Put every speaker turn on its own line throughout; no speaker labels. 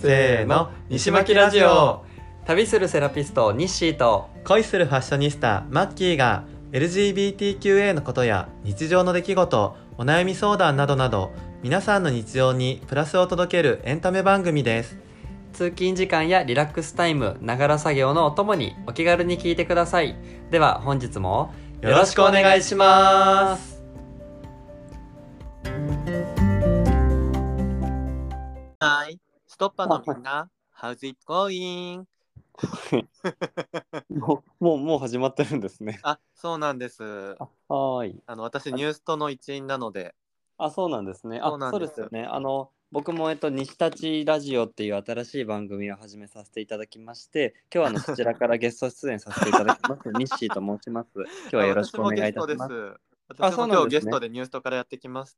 せーの西巻ラジオ
旅するセラピストニッシーと
恋するファッショニスタマッキーが LGBTQA のことや日常の出来事お悩み相談などなど皆さんの日常にプラスを届けるエンタメ番組です
通勤時間やリラックスタイムながら作業のお供にお気軽に聞いてくださいでは本日も
よろしくお願いしますはいストッパーのみんな How's it going?
もうもうもう始まってるんですね
あそうなんです
はーい
あの私ニュースとの一員なので
あそうなんですねあ
そうなん
そう
です
ですよねあの僕もえっと西立ラジオっていう新しい番組を始めさせていただきまして今日はあのそちらからゲスト出演させていただき ますニッシーと申します今日はよろしくお願いいたしますあ
私
そう
も
な
今
ん
日
で
ゲ
すね
ストでニューストからやってきまし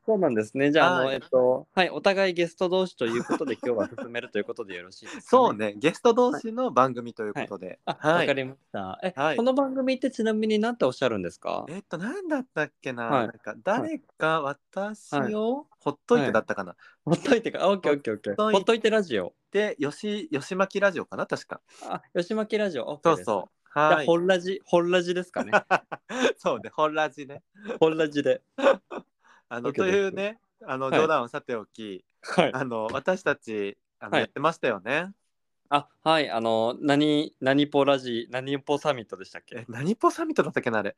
た。
そうなんですね。じゃあ、あ
は
の、
い
えっと、はい、お互いゲスト同士ということで、今日は進めるということでよろしいですか、
そう。ね、ゲスト同士の番組ということで。
あ、わ、
はい
かりました。え、
はい
この番組ってちなみになんておっしゃるんですか
えっと、なんだったっけな,、
はい
なんか誰か私をほっといてだったかな。
ほっといてか、あ、オッケーオッケーオッケ
ほっとい
ー。ほっといてラジオ。
で、よし、よしまきラジオかな確か。
あ、吉巻ラジオ。オッ
そう
ケーです
そう。
じゃ
は
あ、
い
ほ。んラジ、ほんラジですかね。
そうね、本ラジね。
ほんラジで。
あの、
OK
と
です
いうね、あの、
はい
冗談をさておき、
はい。
あの、私たち、あの、
はい
やってましたよね。
あ、はい、あの、何、何ポラジ、何ポサミットでしたっ
え
け、。
何ポサミットだったっけなあれ。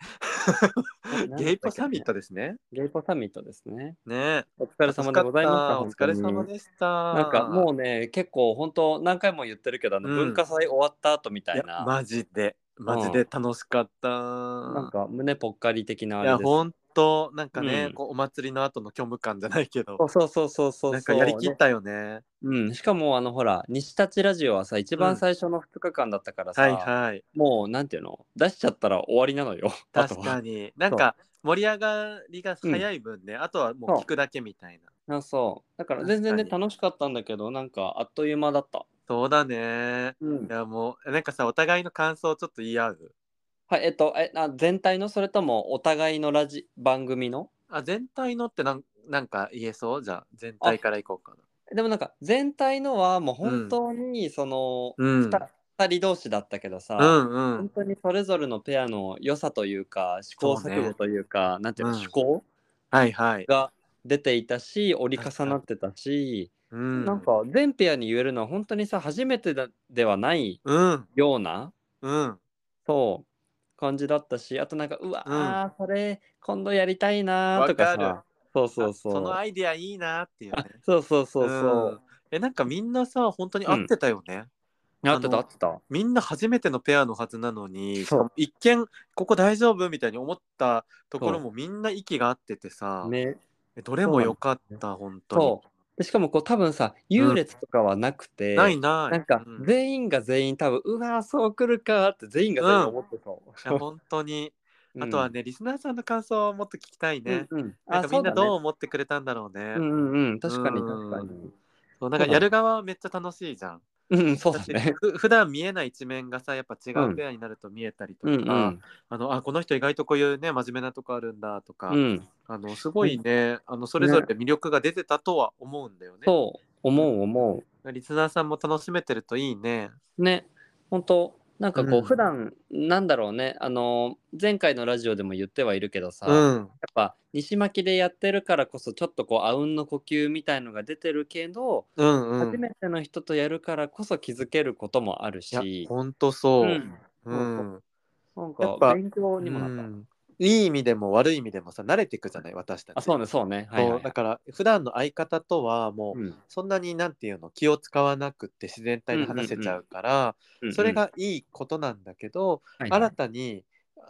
ゲイポサミッ
ト。
トですね。
ゲイポサミットですね。
ね
お疲れ様でございました。
お疲れ
本当
様
に
でした。
なんか
う
もうね結構本当何回も言ってるけどあの
うん
文化祭終わった後みた
い
い
や
な、
マジでマジで楽しかった、
なんか胸ぽっかり的なあ
い
れ
や
です
ほんとなんかね、
うん
こうお祭りの後の虚無感じゃないけど
そうそうそうそうそう
なんかやりきっ
ね
たよね
うん、しかもあのほら西立ラジオはさ一番最初の2日間だったからさ、
はいはい
もうなんていうの出しちゃったら終わりなのよあと
確か
は
になんか盛り上がりが早い分ね、あとはもう聞くだけみたいな
あそうだから全然ね
確か
楽しかったんだけどなんかあっという間だった、
そうだね
うん
い、やもうなんかさお互いの感想をちょっと言い合う
はいえっとえあ全体のそれともお互いのラジ番組の
あ全体のってなんなんか言えそうじゃあ全体からいこうかな
でもなんか全体のはもう本当にその、
うん
二二人同士だったけどさ、
うんうん
本当にそれぞれのペアの良さというか試行錯誤というかなんていうの、
うん
趣向
はいはい、
が出ていたし折り重なってたし、
うん、
なんか全ペアに言えるのは本当にさ初めてだではない
うん
ような
うん
そう感じだったしあとなんかうわー、それ今度やりたいなーとか
わかる
さそうそうそう
あそのアイディアいいなっていうね
あそうそう そう
うん
そ
えなんかみんなさ本当に合ってたよね、
う合ってた
あ
合
の
ってた
みんな初めてのペアのはずなのに
そう
一見ここ大丈夫みたいに思ったところもみんな息が合っててさ、
ね
えどれも良かった本当
そうでしかもこう多分さ優劣とかはなくて、
にないない
なんか
うんい
全員が全員多分うわーそう来るかーって全員が全員思ってそう
や。本当に
うん
あとはね、リスナーさんの感想をもっと聞きたいね、
うんうん、
なんか
あ
みんな
そうだね
どう思ってくれたんだろうね
う。んうんうん確かに
うん
確かに。
そうなんかやる側はめっちゃ楽しいじゃん。
うんそうだ
私
ね。
ふ普段見えない一面がさやっぱ違うペアになると見えたりと
う
か、
んうん
あのあこの人意外とこういうね真面目なとこあるんだとか、
うん
あのすごいね、あのそれぞれ魅力が出てたとは思うんだよね。
そう思う思
リスナーさんも楽しめてるといいね。
う。ね本当なんか
う
こう、
ん
普段なんだろうねあの前回のラジオでも言ってはいるけどさ、
う
やっ
ん、
ぱ西巻でやってるからこそちょっとこうあうんの呼吸みたいのが出てるけど、
うん、うん。
初めての人とやるからこそ気づけることもある
いや
し、
本当そう。
うん
うん
なん
やっ
か
ぱ
勉強にもなった。
うんいい意味でも悪い意味でもさ慣れていくじゃない私たち。
あそうねそうね。はい、
そ
は
うだ
い。
から普段の相方とはもう、
うん
そんなになんていうの気を使わなくって自然体に話せちゃうから、
うん
それ、がいいことなんだけど、
はいはい
新たに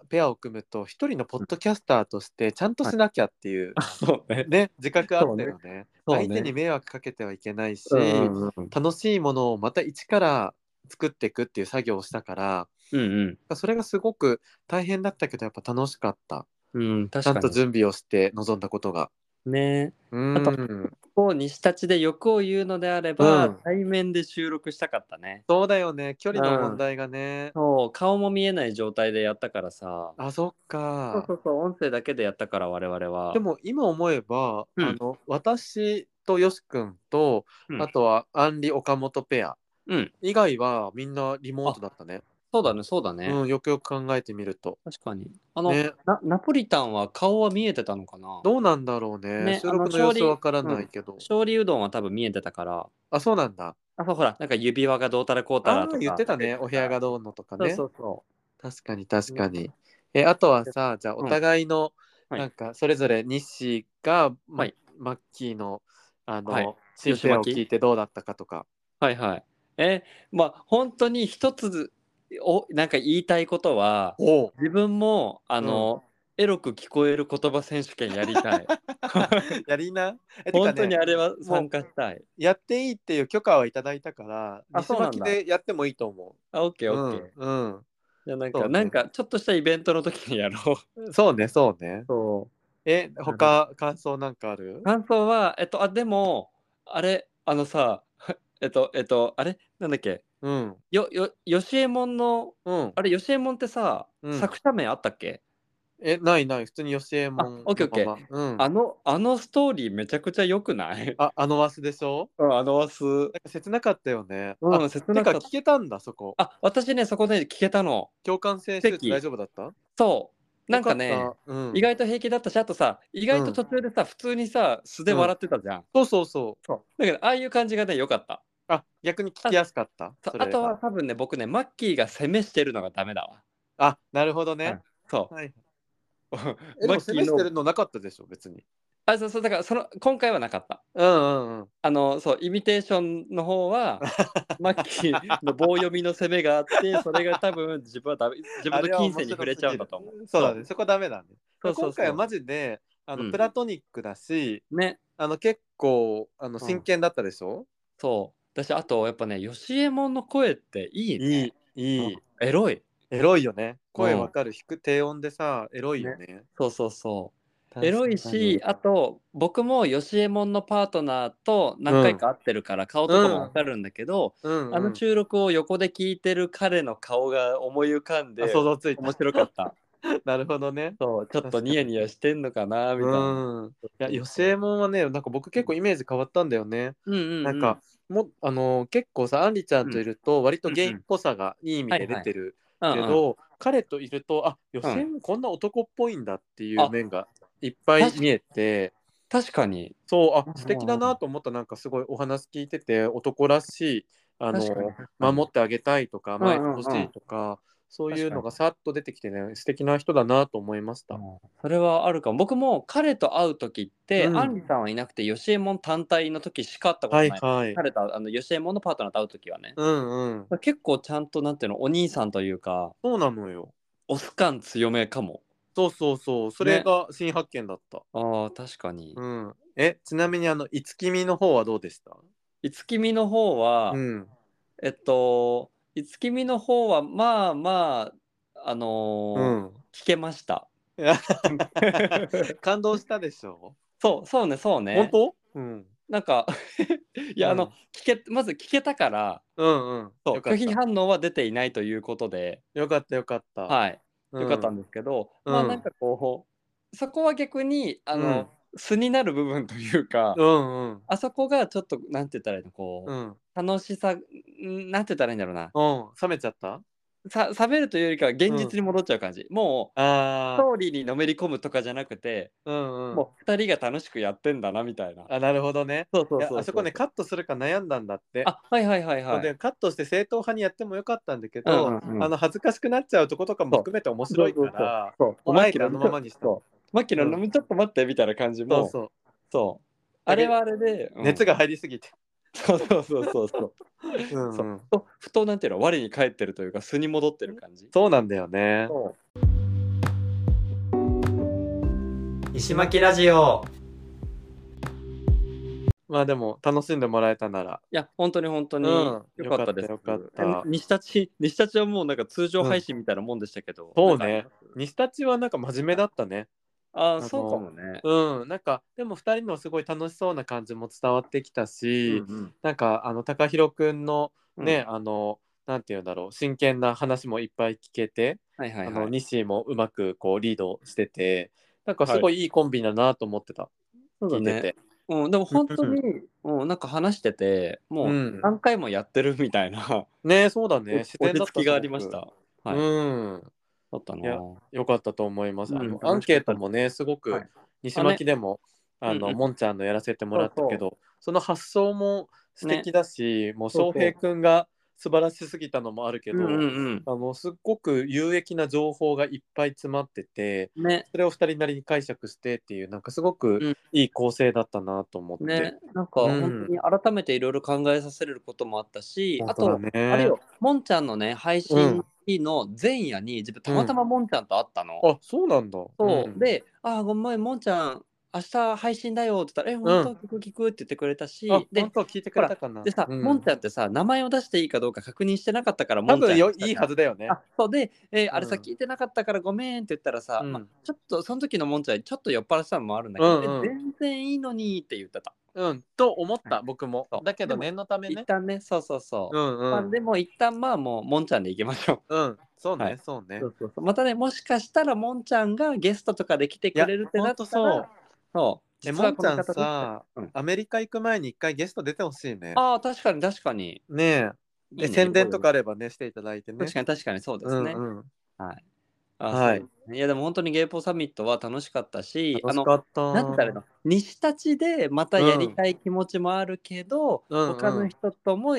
ペアを組むと一人のポッドキャスターとしてちゃんとしなきゃっていう、
あそうね。
ね自覚あったよね
そうね
相手に迷惑かけてはいけないし、
うんうん
楽しいものをまた一から作っていくっていう作業をしたから
うん
それがすごく大変だったけどやっぱ楽しかった
うん。うん、
ちゃ
確
ん
か
と
に。
準備をして臨んだことが
ね
う
あと
ん
こう西立ちで欲を言うのであれば、
うん
対面で収録したかったね。
そうだよね距離の問題がね、
そう顔も見えない状態でやったからさ。
あそっ
そう
か
そうそう音声だけでやったから我々は。
でも今思えば、
うん
あの私とよし君と、
うん
あとはアンリ・岡本ペア
うん。
以外はみんなリモートだったね。
そうだね、そうだね。
うん、よくよく考えてみると。
確かに。あの、
ね、
なナポリタンは顔は見えてたのかな
どうなんだろうね。
ね
収録の
あの
様
調
子
理
わからないけど。
勝利うどんは多分見えてたから。
あ、そうなんだ。
あ、そうほら、なんか指輪がどうたらこうた
あ
ら
あー、
とか。
言ってたね。お部屋がどうのとか
そう
ね
そ。うそ
確かに確かに。え、あとはさ、じゃあお互いの、
はい
なんかそれぞれ日誌が、ま
はい
マッキーの、あの、
はい
新
吉巻
編を聞いてどうだったかとか。
う。はいはい。え、まあ、本当に一つ、お、なんか言いたいことは、
おお、
自分も、あの、エロく聞こえる言葉選手権や りたい。
やりな。えてかね
本当にあれは参加したい。
やっていいっていう許可はいただいたから、
あ
西
そうなんだ
巻でやってもいいと思
あ、オッケ
う。
ー
う
オッケー。
ん、うん。
じゃあなん
そ
か、
うね
なんか、ちょっとしたイベントの時にやろう。
そうね、そうね。
そ
え、他感想なんかある
う。感想は、えっと、あ、でも、あれ、あのさ、 えっと、えっと、あれなんだっけ
うん、
よ、よ、よしえもんの、
うん。
あれ、よしえもんってさ、
うん
作者名あったっけ
え、ないない、普通に吉右衛門のまま。
あオッケーオッケー
うん。
あの、あのストーリーめちゃくちゃ良 くない
あ、あのワスでしょ
うんあの明日。
なんか切なかったよね。
う
あ
ん、切な
て
か
か
っ
聞けたんだ、そこ。
た。あ、私ね、そこで聞けたの。
共感性手術
席
大丈夫だった
そう。なんかね、
よったうん、
意外と平気だったし、あとさ、意外と途中でさ、普通にさ、素で笑ってたじゃん。
そうそうそう。
だけど、ああいう感じがね、良かった。
あ、逆に聞きやすかった。
そう
それ
あとは、多分ね、僕ね、マッキーが攻めしてるのがダメだわ。
あ、なるほどね。
そう。
はい。え、でも
マッキ
攻めしてる
ーの。
のなかったでしょ、別に。
あ、そうそう、だから、その、今回はなかった。
うんうんうん。
あの、そう、イミテーションの 方は、マッキーの棒読みの攻めがあって、それが多分自分はダメ、自分の金銭に触れちゃうんだと思う。
そうだね、そこダメだね。
そうそうそう
今回はマジで、あの、
うん
プラトニックだし、
ね。
あの、結構、あの、
ん
真剣だったでしょ、
そう。私、あと、やっぱね、吉右衛門の声っていいね。
いい、いい。
エロい。
エロいよね。声わかる。低低音でさ、エロいよね。
そうそうそ
確か
う。
に
エロいし、あと、僕も吉右衛門のパートナーと何回か会ってるから、顔とかもわかるんだけど、
うんうん
あの収録を横で聞いてる彼の顔が思い浮かんで
あ、想像ついた。
面白かった。
なるほどね。
そう、ちょっとニヤニヤしてんのかな、みたいな。
うん。いや、寄せもんはね、なんか僕結構イメージ変わったんだよね。
うんうんうん
なんか、もあのー結構さ、あんりちゃんといると、割とゲイっぽさがいい意味で出てる
う
け
ん
ど、
うん
彼といると、あ、寄せもんこんな男っぽいんだっていう
あ
面がいっぱい見えて、
確かに。
そう、
う
あ、
ん
素敵だなと思った、なんかすごいお話聞いてて、男らしい、あのー
確かに
守ってあげたいとか、
んうん
甘えてほしいとか、そういうのがさっと出てきてね、素敵な人だなと思いました。
それはあるかも。僕も彼と会う時って、
うん
アンリさんはいなくて、吉右衛門単体の時しか会ったことな。
はいいはい。
彼とあの吉右衛門のパートナーと会う時はね。
うんうん。
結構ちゃんとなんていうのお兄さんというか
そうなのよ。
オス感強めかも
そうそうそう。それが新発見だった。
あー確かに
うん。え、ちなみにあの、いつきみの方はどうでした
五木みの方は、
うん。
えっと五木みの方はまあまああのー
うん。
聞けました
感動したでしょ
そうそうねそうね
本当うん。
なんかいや、
うん
あの聞けまず聞けたから
うんうん。
そう
よかっ
拒
た。
否反応は出ていないということで
よかったよかった。
はいよかったん
だ。
ですけど、
うん
まあなんかこうそこは逆にあの、
うん
素になる部分というか、
うんうん。
あそこがちょっとなんて言ったらいいのこう、
うん。
楽しさんなんて言ったらいいんだろうな
うん。冷めちゃった
さ冷めるというよりかは現実に戻っちゃう感じ、もうス
あ
トーリーにのめり込むとかじゃなくて、
あ。うんうん。
もう2人が楽しくやってんだなみたいな
あ、なるほどね。
そうそ
いやあそこね、カットするか悩んだんだって。
あはいはいはいはい
でカットして正統派にやってもよかったんだけ
うん
ど、
うんうん
あの恥ずかしくなっちゃうとことかも含めて面白いから。
そう
もうあえてあのままにした
そうマキの飲みちょっと待ってみたいな感じ
そ
も、
うそう、
そうあれはあれで、うん
熱が入りすぎて。
そうそうそうそうそう
うんうん
そうとふとなんていうの我に返ってるというか素に戻ってる感じ
そうなんだよね。
そう
石巻ラジオ
まあでも楽しんでもらえたなら。
いや、本当に本当に
うん
良かったです。
よかったよかった
え西立ち、西立ちはもうなんか通常配信みたいなもんでしたけど。
そう
なん
ね
か。
西立はなんか真面目だったね。
あ
あ
あ、
の
そうかもね。
うん。なんかでも2人のすごい楽しそうな感じも伝わってきたし、
うん
なんかあの高弘くんの
うん
ね、あのなんて言うんだろう真剣な話もいっぱい聞けて、
はいはい
あ
は
の
い。
西もうまくこうリードしててなんかすごいいいコンビだなと思ってた、聞いてて、
うん、でも本当に、うん、なんか話してて、もう
うん
何回もやってるみたいな、
ねそうだね。
落ち着きがありまし
す
た。
ご
はい
く。うん。
だったない
やよかったと思います。あの
うん
アンケートもね、すご
は
く
い
西巻でも、あの、
うんうん
もんちゃんのやらせてもらったけ
そ
ど、その発想も素敵だし、もう
そうそ
翔
う
平くんが素晴らしすぎたのもあるけ
う
ど、
んうん
あのすっごく有益な情報がいっぱい詰まってて、
うん。ね、
それを二人なりに解釈してっていう、なんかすご
う
く
ん
いい構成だったなと思って。
ね、なんか
うん
本当に改めていろいろ考えさせれることもあったし、
本
あ
当だ
と、
ね、
あれよ、もんちゃんのね、配信日の前夜に、自分たまたまもんちゃんと会ったの。
あ、そうなんだ。
そう、
ん、
で、あー、ごめん、もんちゃん、明日配信だよって言ったら、え、本当、聞く聞くって言ってくれたし、
あ、
で
本、当は聞いてくれたかな。
でさ、
う
もんちゃんってさ、名前を出していいかどうか確認してなかったから、も
多
んちゃ
分
ん
よ
にしたじゃん
いいはずだよね。
あそうで、えーあれさ、
うん
聞いてなかったからごめんって言ったらさ、
うん
まあ、ちょっと、その時のもんちゃん、ちょっと酔っ払ってたのもあるんだけど、
うんうん
え全然いいのにって言ってた。
うん、と思った、僕も
そ。う
だけど、
でも
念のため
一
ね。
旦ね、そうそうそう
う。んう
まあ、
ん。
でも、一旦まあ、もう、もんちゃんで行きましょ
うん、そう
は
ね
い、
そうね
う。。またね、もしかしたら、もんちゃんがゲストとかで来てくれるってなったら、
いやほんとそう
そう。
え、
実
も
は
ん
こ
ちゃん
の方だ
さ
うん、
アメリカ行く前に一回ゲスト出てほしいね。
ああ、確かに確かに。
ねえ。
いい
で
ね
宣伝とかあればね、していただいてね。
確かに確かにそうですね。
うんうん。
はい。あ
はい
そうですねいや、でも本当にゲイポサミットは楽しかったし、
楽しかった。
なんて言ったらいいの西たちでまたやりたい気持ちもあるけど、
うんうん
他の人とも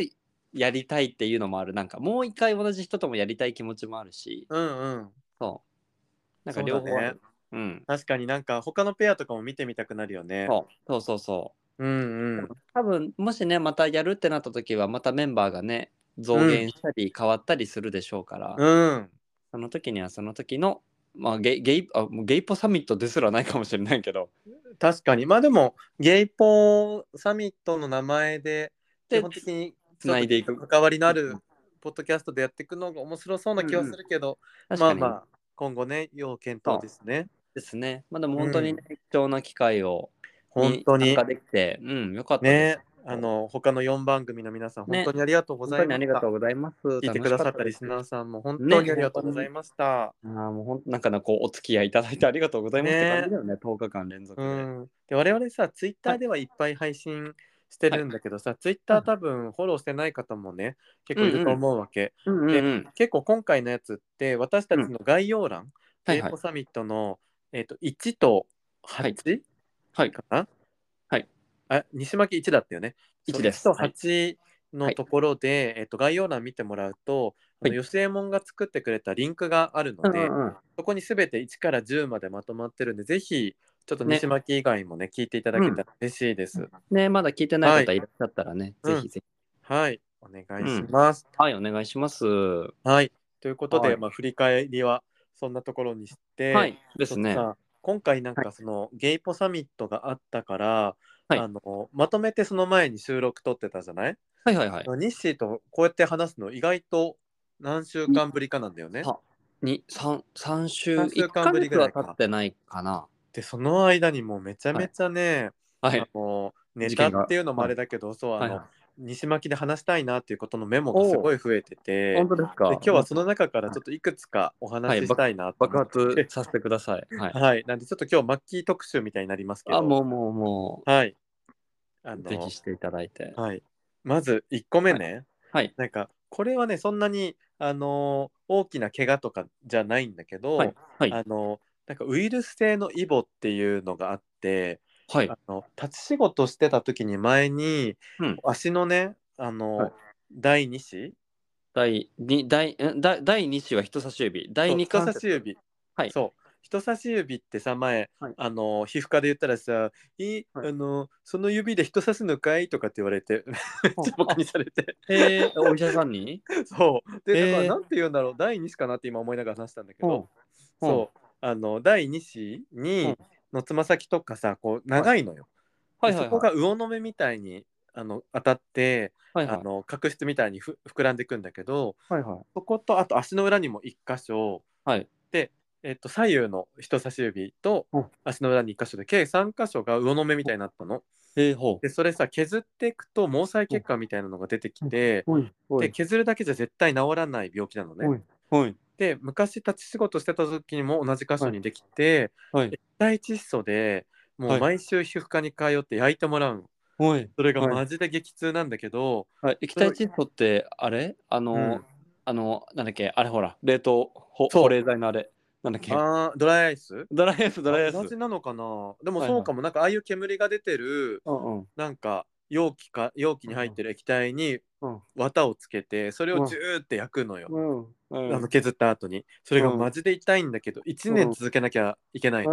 やりたいっていうのもあるなんかもう一回同じ人ともやりたい気持ちもあるし
うんうん。
そうなんか両方あるう、ん、
確かになんか他のペアとかも見てみたくなるよね。
そうそうそうそう
うんうん。
多分もしねまたやるってなった時はまたメンバーがね増減したり変わったりするでしょうから、
うん。
その時にはその時の、まあ、ゲイゲイあもうゲイポサミットですらないかもしれないけど
確かに。まあでも、ゲイポーサミットの名前で、基
で
本的に
つないでいく
関わりのあ
う
る
ん
ポッドキャストでやっていくのが面白そうな気はするけど、
確
ま
か
あ
に、
まあ、今後ね、要検討ですね。
ですねまあでも本当に、ね貴重な機会を
本当に
参加。できて、うん、よかったです
ね、あの、他の4番組の皆さん、
ね
本当にありがとうご
本
ざ
当
いまし
にあり
た
がと。うございます。
聞いてくださったリス
楽しか
ナーさんも本
ね
当にありがとうございました。
たですああ、もう本当なんかなこうお付き合いいただいてありがとうございますって感じだよね、10日間連続
う
で。
ん、で我々さツイッターではいっぱい配信してるんだけどさ、ツイッター多分フォローしてない方もね結構いると思うわけ、
うんうんうん。
結構今回のやつって私たちの概要欄、
はい
英
はい
語。サミットの、えっと1と 8?
はい
かな
はい
あ西巻1だったよね
1です
そう
はい
1と8のところで、えっと概要欄見てもらうと、あの
はい
吉右衛門が作ってくれたリンクがあるので、
うんうん
そこにすべて1から10までまとまってるんで、ぜひ、ちょっと
ね
西巻以外もね、聞いていただけたら嬉しいです。
ね、まだ聞いてない方いらっしゃったらね、
はい
ぜひぜひ。
はい、お願いします。
はい、お願いします。は
はい、ということで、
はい
まあ、振り返りはそんなところにして、
い、ですね
ちょっ。とさ今回なん
は
かその、ゲイポサミットがあったから、
はい
あのまとめてその前に収録撮ってたじゃない、
はいはいはい。
ニッシーとこうやって話すの意外と何週間ぶりかなんだよね。
はに三三週
三週
一
間
ヶ
ぶりぐ
月
ら
はい
か
経ってないかな。
でその間にもうめちゃめちゃね、
はい。
あのネ
事
タ
件が
っていうのもあれだけど、そうあの、
はいは
西巻で話したいなっていうことのメモがすごい増えて
い
て
本当ですか。
で今日はその中からちょっといくつかお話ししたいなと
爆
思って、
発させてください。はい。
はいなんでちょっと今日マッキー特集みたいになりますけど
あ、もうもうも
はいあ
う、ぜ
の
ひ、していただいて。
はい、まず1個目ね、
はい。
なんかこれはねそんなにあの大きな怪我とかじゃないんだけど、
はい。はい。
あのなんかウイルス性のイボっていうのがあって、
はい。
あの立ち仕事してた時に前に、
うん
足のねあの、
はい
第2子
第二第んだ第二子は人差し指第二
そう
関
人差し
節
指、
はい
そう人差し指ってさ前、
はい
あの皮膚科で言ったらさ「い
はい
あのその指で人差すのかい?」とかって言われ てめっちゃバカにされて
えー、お医者さんに
そうでだから
えー
なんて言うんだろう第2子かなって今思いながら話したんだけ
うん
ど、そうあの第2子に、
うん
のつま先とかさこう長いのよ、
は
で
いはい
そこ
はい
が魚の目みたいにあの当たって、
はいはい
あの角質みたいにふ膨らんでいくんだけど
はいはい
そことあと足の裏にも1箇所、
はい
で、えっと、左右の人差し指と
うん
足の裏に1箇所で計3箇所が魚の目みたいになったの。
えー、ほ
でそれさ削っていくと毛細血管みたいなのが出てきて
う。ほいほ
で削るだけじゃ絶対治らない病気なのね。
ほい
で昔立ち仕事してた時にも同じ箇所にできて、
はいはい
一体窒素でもう毎週皮膚科に通って焼いてもらうの。
はい。
それがマジで激痛なんだけど、
はい、液体窒素って、あれあの、
うん
あの、なんだっけ、あれほら、冷凍保
そう
保冷剤のあれ、なんだっけ、
あードライアイス
ドライアイス、ドライアイス。
同じなのかなでも
はいはい
そうかも、なんかああいう煙が出てる
うんうん。
なんか容器か容器に入ってる液体に
うん
綿をつけてそれをジューって焼くのよ、
うん。うん
あの削った後にそれがマジで痛いんだけど1年続けなきゃいけない、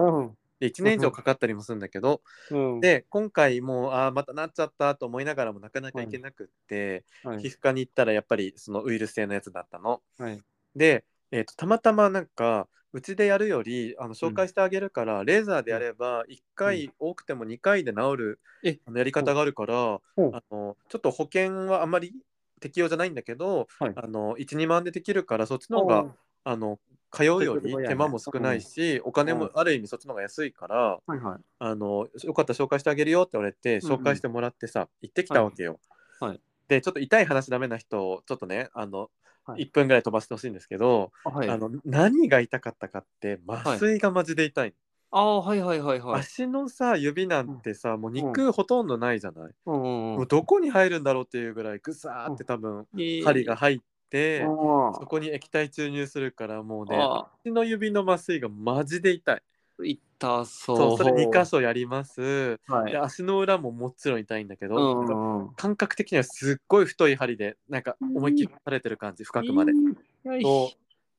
で1年以上かかったりもするんだけど、
うん。
で今回もうああまたなっちゃったと思いながらもなかなかいけなくって、
はい、
皮膚科に行ったらやっぱりそのウイルス性のやつだったの。
はい
で、えー、とたまたまなんかうちでやるよりあの紹介してあげるから、レーザーでやれば1回、多くても2回で治る
え
あのやり方があるから、
うん
あのちょっと保険はあんまり適用じゃないんだけど、
はい
あの12万でできるからそっちの方が、あの通うより手間も少ないし、お金もある意味そっちの方が安いから、
はいはい。
あのよかったら紹介してあげるよって言われて
うんうん
紹介してもらってさ、行ってきたわけよ。
はいはい
でちょっと痛い話ダメな人をちょっとねあの、
はい
1分ぐらい飛ばしてほしいんですけど、
あ、はい、
あ
あ
の何が痛かったかって麻酔がマジで痛い
あー、はいはいはい
の、
はい。
足のさ指なんてさ、もう肉ほとんどないじゃない、
うんうんう
も
ん
うどこに入るんだろうっていうぐらいぐさーって多分針が。入って、
あ
そ
ー
こに液体注入するからもうね
あ
足の指の麻酔がマジで痛い
ー、痛そう。
そうそれ2箇所やります
はい
で。足の裏ももちろん痛いんだけど、
うんうんうん。
感覚的にはすっごい太い針でなんか思いっきり刺されてる感じ深くまで。
よいし
そう
うん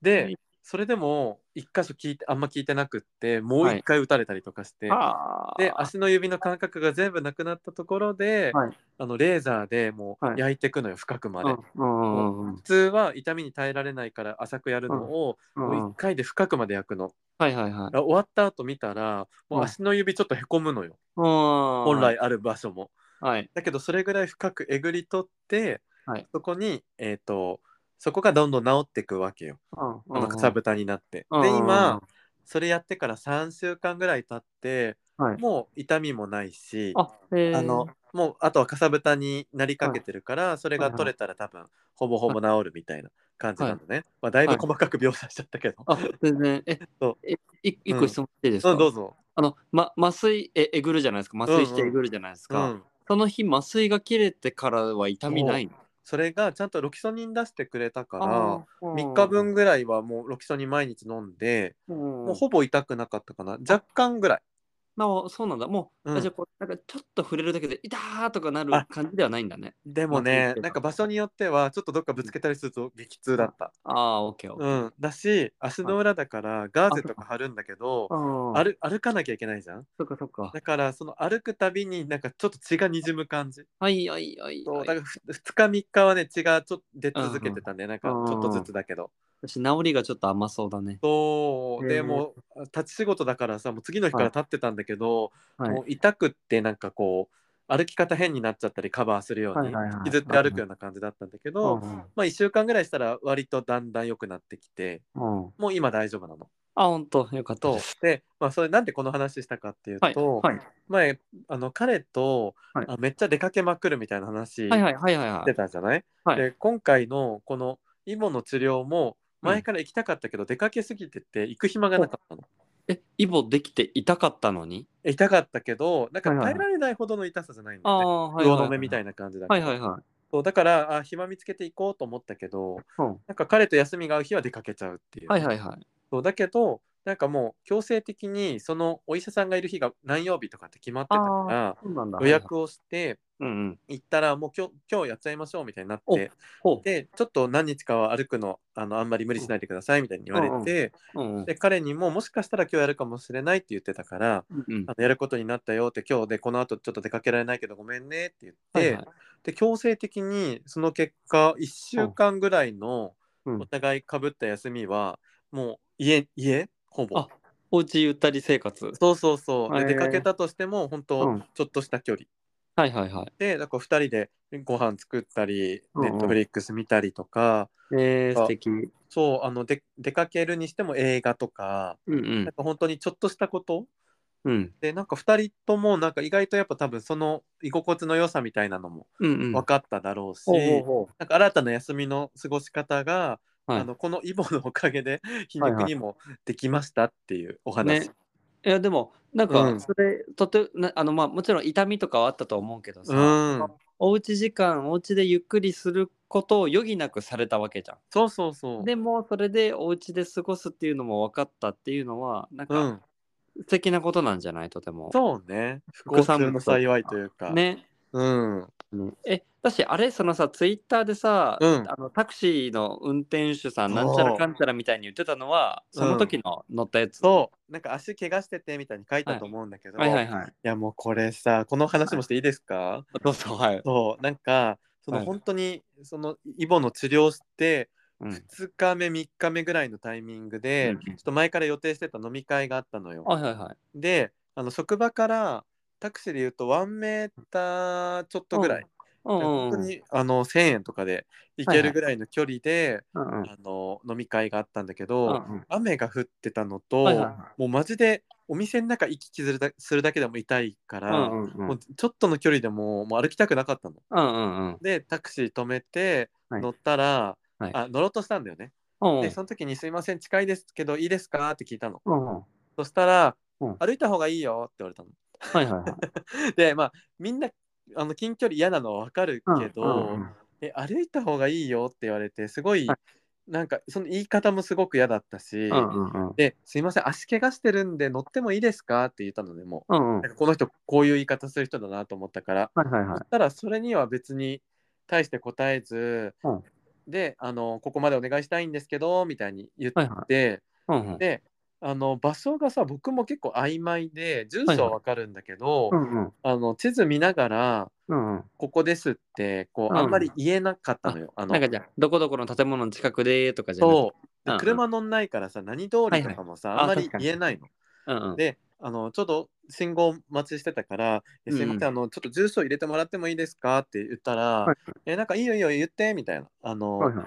でそれでも一箇所聞いてあんま聞いてなくってもう一回打たれたりとかして、
あー
で足の指の感覚が全部なくなったところで、
はい
あのレーザーでも
は
う
い
焼いていくのよ深くまで。
うんうんうんうん
普通は痛みに耐えられないから浅くやるのを
う
も
んう
うん1。回で深くまで焼くの、
はいはいはい。
終わった後見たらもう
はい
足の指ちょっとへこむのよ、
本
本。来ある場所も、
はい。
だけどそれぐらい深くえぐり取って、
はい
そこに、えー、とそこがどんどん治っていくわけよ、
う
あのかさぶたになって。で今、それやってから3週間ぐらい経って、
はい
もう痛みもないし
あ、えー、
あのもうあとはかさぶたになりかけてるから、それが取れたら多分ほぼほぼ治るみたいな感じなのね、まあ、だいぶ
はい
細かく描写しちゃったけど、
あ、全然、え、
そう
え、い一
う
個
ん
質問していいですか、
うんどうぞ、
あの、ま、麻酔え、えぐるじゃないですか。麻酔して
うんうん
えぐるじゃないです
う
か。
ん、
その日、麻酔が切れてからは痛みないの
それがちゃんとロキソニン出してくれたから
あー
3日分、ぐらいはもうロキソニン毎日飲んで、も
も
うほぼ痛くなかったかな若干ぐらい
まあ、そうなんだ。もう、
うん
あじゃあこう、なんかちょっと触れるだけで、痛ーとかなる
あ
感じではないんだね。
でも
まあそうです
ね
けど
なんか場所によってはちょっとどっかぶつけたりすると激痛だった、
ああ、オッケーオッケ
う
ー。
ん、だし足の裏だからガーゼとか貼るんだけど
ああれ
歩歩かなきゃいけないじゃん
そっかそっか。
だからその歩くたびになんかちょっと血がにじむ感じ
はいはいはい、
そうだ
は
か
い。
ら2日3日はね血がちょっと出続けてたねなんかちょっとずつだけど
私、治りがちょっと甘そうだね。
そう
へ
で
ー
もう立ち仕事だからさもう次の日から立ってたんだけど、
はい
もう痛くってなんかこう歩き方変になっちゃったりカバーするように
はいはいはい
引きずって歩くような感じだったんだけど、
うん
まあ、1週間ぐらいしたら割とだんだん良くなってきて
うん
もう今大丈夫なの。
あ、本当よかった
と
です。
で、まあ、それなんでこの話したかっていう
はい。
と、
はい。
前あの彼と、
はい
あめっちゃ出かけまくるみたいな話
はい
し
はいはいはいは
て
い。
たじゃない、
はい
で今回のこのイボの治療も前から行きたかったけど、出かけすぎてて行く暇がなかったの。
え、イボできて痛かったのに
痛かったけど、なんか
はいはい
耐えられないほどの痛さじゃないんだ
あ
よね。
あ、はい
魚
はい。
の目みた
い
いな感じだか
はい
ら。
はいはい。
そうだからあ、暇見つけていこうと思ったけど、
うん
なんか彼と休みが合う日は出かけちゃうっていう。
はいはいはい。
そうだけど、なんかもう強制的にそのお医者さんがいる日が何曜日とかって決まってたか
そうなんだ。
ら、予。約をして
うんうん。
行ったら、もう今日今日やっちゃいましょうみたいになって、
ほ
で、ちょっと何日かは歩くのあのあんまり無理しないでくださいみたいに言われて、
うんう。うんうん。
で彼にももしかしたら今日やるかもしれないって言ってたから、
うん
あのやることになったよって今日でこの後ちょっと出かけられないけどごめんねって言って、
はいはい
で強制的にその結果1週間ぐらいの
うん
お互いかぶった休みはもう家家ほぼ
あおうちゆったり生活。
そうそうそう、
へ
で
ー
出かけたとしても本
う
当
ん
ちょっとした距離、
はいはいはい。
でだから2人でご飯作ったり
うんう
ネ
ん
ットフリックス見たりとか、
えー、
あ
素敵。うん
そうあので出かけるにしても映画とか、
う
なん
ん。
か本当にちょっとしたこと
うん。
でなんか2人ともなんか意外とやっぱ多分その居心地の良さみたいなのも
うんうん。
分かっただろうし、
ほうほうほ
なんか新たな休みの過ごし方が、
はい
あのこのイボのおかげで皮肉にもできましたっていうお話、
ねいやでもなん
う
か
ん
それ、とてなあのまあもちろん痛みとかはあったと思うけどさ、
うん
おうち時間おうちでゆっくりすることを余儀なくされたわけじゃ
そうそうそ
ん
う
でもそれでおうちで過ごすっていうのも分かったっていうのはなん
う
か
ん
素敵なことなんじゃないとても
そうね不幸中の幸いというか
ね
うん
えだしあれそのさツイッターでさ、
うん
あのタクシーの運転手さん
そう
なんちゃらかんちゃらみたいに言ってたのはその時の乗ったやつ、
そうなんか足怪我しててみたいに書いたと思うんだけど、
はいはいいはい
やもうこれさこの話もしていいですか、
どうぞはい、
そうなんかその
はい
本当にそのイボの治療して
うん
2日目3日目ぐらいのタイミングで、
うん
ちょっと前から予定してた飲み会があったのよ。
はいはいはい
であの職場からタクシーで言うと1メーターちょっとぐらい、
うんうん
本当
うん
にあの1,000円とかで行けるぐらいの距離で、
うん
あの飲み会があったんだけど、
うん
雨が降ってたのと、
はいはいは
もうマジでお店の中行き来するだするだけでも痛いから、
うんうんうん
もうちょっとの距離でもうもう歩きたくなかったの。
うんうんうん
でタクシー止めて
はい
乗ったら、
はい
あ乗ろうとしたんだよね。
うんう
で
ん
その時に「すいません近いですけどいいですか?」って聞いたの。
うんうん
そしたら、
うん
歩いた方がいいよ」って言われたの。
はいはいはい
でまあみんなあの近距離嫌なのは分かるけど、
うんうん
え歩いた方がいいよって言われてすごい、
は
なんかその言い方もすごく嫌だったし、
うんうんうん
ですいません足怪我してるんで乗ってもいいですかって言ったので、も
うんうん
うなんかこの人こういう言い方する人だなと思ったから、
はいはいは
そしたらそれには別に対して答えず、
うん
であのここまでお願いしたいんですけどみたいに言って、
はいはうんうん
であの場所がさ僕も結構曖昧で住
はいは
所
い
はわかるんだけど、
うんうん
あの地図見ながら
うんうん
ここですってこ
う
うんあんまり言えなかったのよ。あの
なんかじゃあどこどこの建物の近くでとかじゃなくて
そうで
うんうん
車乗んないからさ何通りとかもさ、
はいはいあ
あんまり
確かに
言えないの。
うんうん
であのちょっと信号待ちしてたから「えすいません、
うん
あのちょっと住所入れてもらってもいいですか?」って言ったら「
はい
えなんかいいよいいよ言って」みたいな。あの
はいはい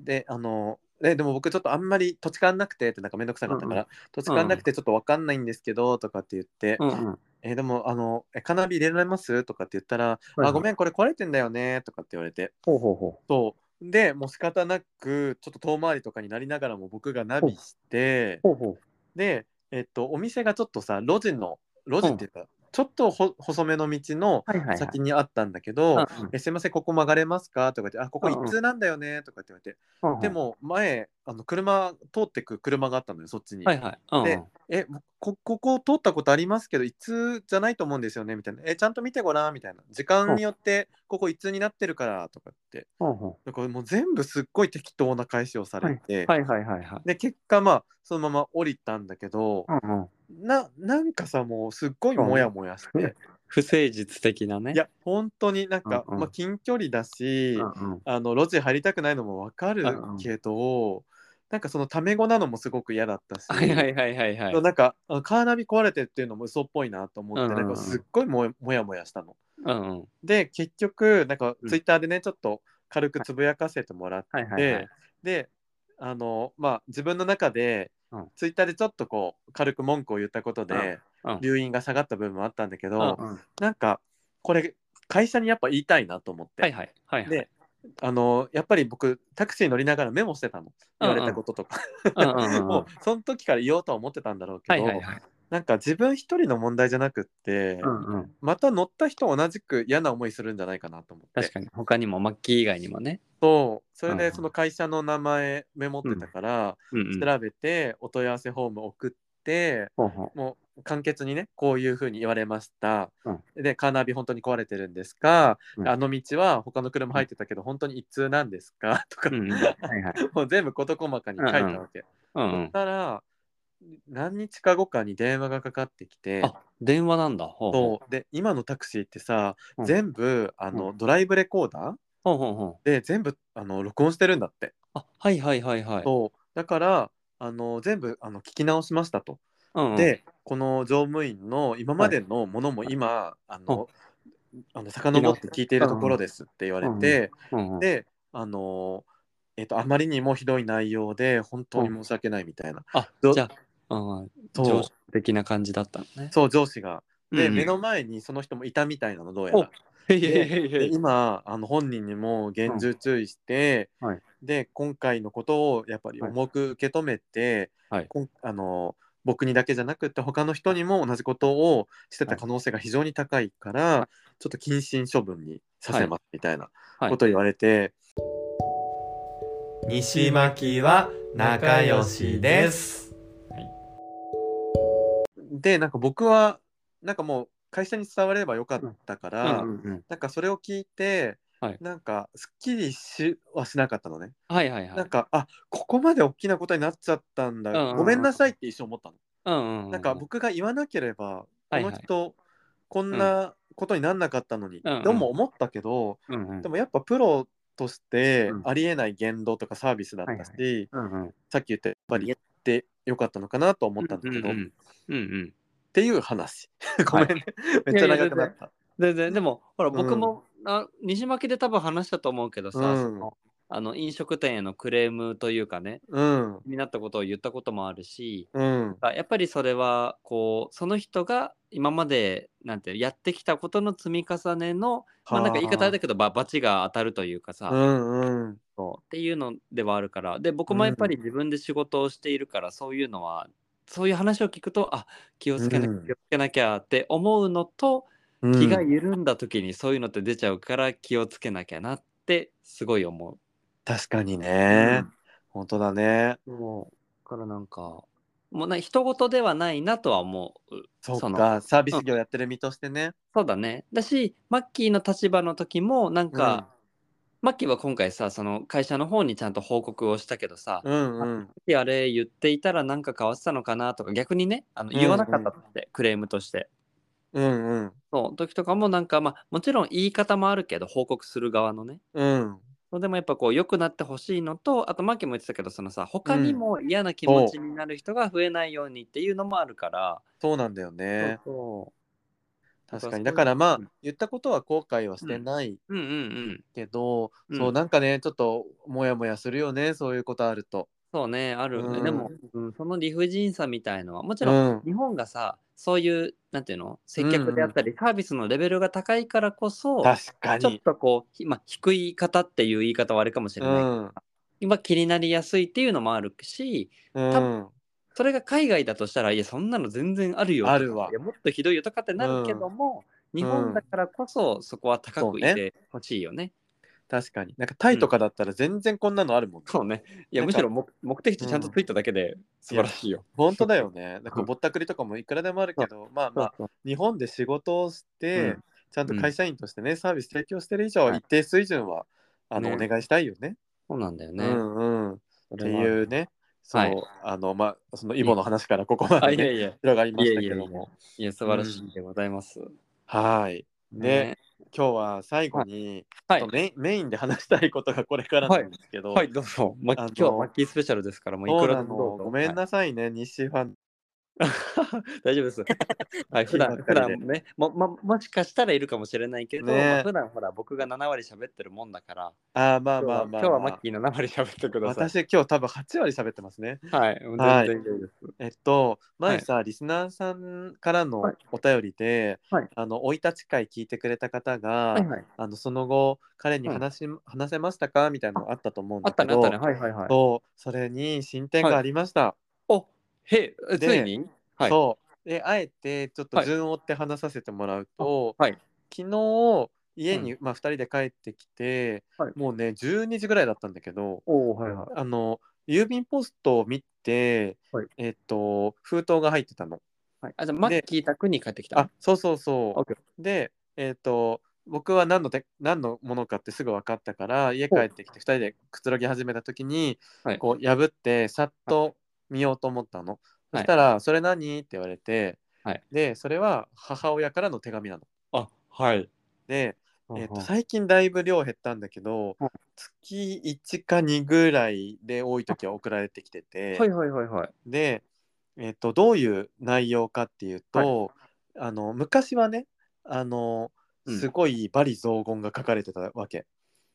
であのえでも僕ちょっとあんまり土地勘なくてってなんかめんどくさかったから、
う
土地勘なくてちょっとわかんないんですけどとかって言って、
うんうん
えでもあのえカーナビ入れられますとかって言ったら、あご
ん
めんこれ壊れてんだよねとかって言われて
ほうほうほ
そうでもう仕方なくちょっと遠回りとかになりながらも僕がナビして
うほうほう
で、えっと、お店がちょっとさ路地の路地っていうか、ちょっとほ細めの道の
はいはいはい
先にあったんだけど「
うんうん
えすいませんここ曲がれますか?」とか言って「あここ
うんうん
一通なんだよね」とかって言われて、
うんうん
でも前あの車通ってく車があったのよそっちに。
はいはいうんうん
でえこここ通ったことありますけど一通じゃないと思うんですよねみたいなえちゃんと見てごらんみたいな時間によってここ一通になってるからとかって
うんうん
なんかもう全部すっごい適当な返しをされて、
はいはいはいはい
で結果まあそのまま降りたんだけど
うんうん
ななんかさもうすっごいモヤモヤして、
不誠実的なね
いや本当になんか、
うんうん
まあ、近距離だし、
うんうん
あの路地入りたくないのもわかるけど、なんかそのタメ語なのもすごく嫌だったし。
はいはいはいはいはい
なんかあのカーナビ壊れてっていうのも嘘っぽいなと思って、
うんうんうん
なんかすっごいもやもやもやしたの。
うんうん
で結局なんか
うん
ツイッターでね、ちょっと軽くつぶやかせてもらって、
はいはいはい
であのまあ自分の中で、
うん
ツイッターでちょっとこう軽く文句を言ったことで、
うんうん
留飲が下がった部分もあったんだけど、
うんうん
なんかこれ会社にやっぱ言いたいなと思って、
はいはいはいはい
であのやっぱり僕タクシー乗りながらメモしてたの言われたこととか、
うんうんう ん
もうその時から言おうとは思ってたんだろうけど、
はいはいはい
なんか自分一人の問題じゃなくって、
うんうん
また乗った人同じく嫌な思いするんじゃないかなと思って
確かに他にもマッキー以外にもね
そうそれ
うんう
で
ん
その会社の名前メモってたから、
うんうん
調べてお問い合わせフォーム送って
ほうほ
もう簡潔にねこういうふうに言われました、
うん
でカーナビ本当に壊れてるんですか、
うん
あの道は他の車入ってたけど本当に一通なんですか とか、
ううんうんはいはい
もう全部事細かに書いたわけ、
うんう
そ
ん
したら何日か後かに電話がかかってきて
あ電話なんだほうほ
そうで今のタクシーってさ、
うん
全部あの、
うん
ドライブレコーダー
うほうほうほう
で全部あの録音してるんだって、
あはいはいはいはい
そうだからあの全部あの聞き直しましたと、
うんうん
でこの乗務員の今までのものも今、あの、あの遡って聞いているところですって言われて、
うんうん
であのえっとあまりにもひどい内容で本当に申し訳ないみたいな、
あ
ど
じゃあうん
そ
上
う
司的な感じだったのね
そう上司がで、
うんうん
目の前にその人もいたみたいなのどうやら
お へいへいへいへ
で
い
今あの本人にも厳重注意して、
うんはい
で今回のことをやっぱり重く受け止めて、
はい
こんあの僕にだけじゃなくって他の人にも同じことをしてた可能性が非常に高いから、ちょっと謹慎処分にさせますみたいなことを言われて、
西巻は仲良しです。
でなんか僕はなんかもう会社に伝わればよかったから、
うんうんうん
なんかそれを聞いて、
はい
なんかすっきりしはしなかったのね、
はいはいはい。
なんかあここまで大きなことになっちゃったんだ、
うんうんうん
ごめんなさいって一瞬思ったの、
うんうんう
なんか、僕が言わなければこ
はいは
の
い
人、こんなことになんなかったのに、
うんうん
でも思ったけど、
うんうん、
でもやっぱプロとして
うん
ありえない言動とかサービスだったし、
はうんうん、
さっき言ったやっぱり言ってよかったのかなと思ったんだけど、
うん
っ
うんうんうん
ていう話ごめんね、めっちゃ長くなった。
全然でもほら
うん
僕も、あ西巻で多分話したと思うけどさ、
うん
そのあの飲食店へのクレームというかね
うん
気になったことを言ったこともあるし
うん
やっぱりそれはこうその人が今までなんてやってきたことの積み重ねのまあなんか言い方あれだけどば罰が当たるというかさ、
うんうん
そうっていうのではあるからで僕もやっぱり自分で仕事をしているから、そういうのはそういう話を聞くとあ気をつけなきゃ、
うん
気をつけなきゃって思うのと、
うん
気が緩んだ時にそういうのって出ちゃうから気をつけなきゃなってすごい思う。
確かにね、本当だね
そうだからなんかもうな人事ではないなとは思う
そう
そ
かサービス業やってる身としてね、
そうだねだしマッキーの立場の時もなんか、マッキーは今回さその会社の方にちゃんと報告をしたけどさ、
うんうん
であれ言っていたらなんか変わってたのかなとか逆にねあの
うんうん
言わなかったとして、クレームとして
うんうん
そう時とかもなんかまあもちろん言い方もあるけど報告する側のね
うん
そうでもやっぱこう良くなってほしいのとあとマーキーも言ってたけどそのさ他にも嫌な気持ちになる人が増えないようにっていうのもあるから、
そうなんだよね
そうそう
確かにだからまあ、
うん
言ったことは後悔はしてない
うんうんうん
けど、
うん
そうなんかねちょっともやもやするよねそういうことあると。
そうねあるよね、
うん
でも、うん、その理不尽さみたいのはもち
う
ろん
ん、
日本がさそういうなんていうの接客であったり、サービスのレベルが高いからこそ
確か
ちょっ
に。
とこうひ、まあ、低い方っていう言い方はあれかもしれ
う
ない、
ん
今気になりやすいっていうのもあるし
うん
それが海外だとしたらいやそんなの全然あるよとか
あるわ
いやもっとひどいよとかってなるけども、
ん
日本だからこそそこは高くい
そう
てほしいよね。
確かになんかタイとかだったら全然こんなのあるもん、ね
そうねいや
なん
む
か
しろ目目的地ちゃんとついただけで素晴らしいよ。
本当だよねなんかぼったくりとかもいくらでもあるけど、まあまあ
そう
日本で仕事をして、
うん
ちゃんと会社員としてね、サービス提供してる以上
はい
一定水準は、あの
ね
お願いしたいよね。
そうなんだよね。
うんうん、って
それは
いうねそう、
はい
あのまあそのイボの話からここま
あ
で、
いや
ね、
いや
広がりましたけども。
いやいやいやいや素晴らしいでございます。
はい。で、今日は最後に、
はい
ちょっとメインメインで話したいことがこれからなんですけど、
はいどうぞ、ま、
あ
今
の
日はマッキースペシャルですからもうい
そう
くら
な
で
の
もどうぞ
ごめんなさいね、西ファン。
大丈夫です。 はい、普段、普段ね、も、ま、もしかしたらいるかもしれないけど、
ね
まあ普段ほら、僕が7割喋ってるもんだから、
あーまあ
今日
ま
は
あまあ、まあ、
今日はマッキー7割喋ってください。
私今日多分8割喋ってますね。
はい、もう
はい
全然いいです。
えっと前さ、リスナーさんからの
はい
お便りで、
はい
あの生い立ち会聞いてくれた方が、
はいはい。
あのその後彼に話し、話せましたかみたいなのあったと思うん
あ
だ
った
け
ね、あった
ど、
ね。はいはいはい。
そうそれに進展がありました。
おへ
で
え、ついにはい。
そうであえてちょっと
はい
順を追って話させてもらうと、
はい
昨日家に、まあ、2人で帰ってきて、
はい
もうね12時ぐらいだったんだけど
おおはいはい。
あの郵便ポストを見て、
はい
えっと封筒が入ってたの。
はい、あ、じゃあマッキー宅に帰ってきた。
あ、そうそうそ
オッケー
う。でえっと僕は何のて何のものかってすぐ分かったから家帰ってきて2人でくつろぎ始めた時に、
はい
こう破ってさっと見ようと思ったの。
はい
そしたら「それ何?」って言われて、
はい
でそれは母親からの手紙なの。
あ、はい。
で、えっと
うんうん
最近だいぶ量減ったんだけど、
はい
月1か2ぐらいで多い時は送られてきてて。
はいはいはいはい。
で、えっとどういう内容かっていうと、あの昔はねあの
うん
すごい罵詈雑言が書かれてたわけ、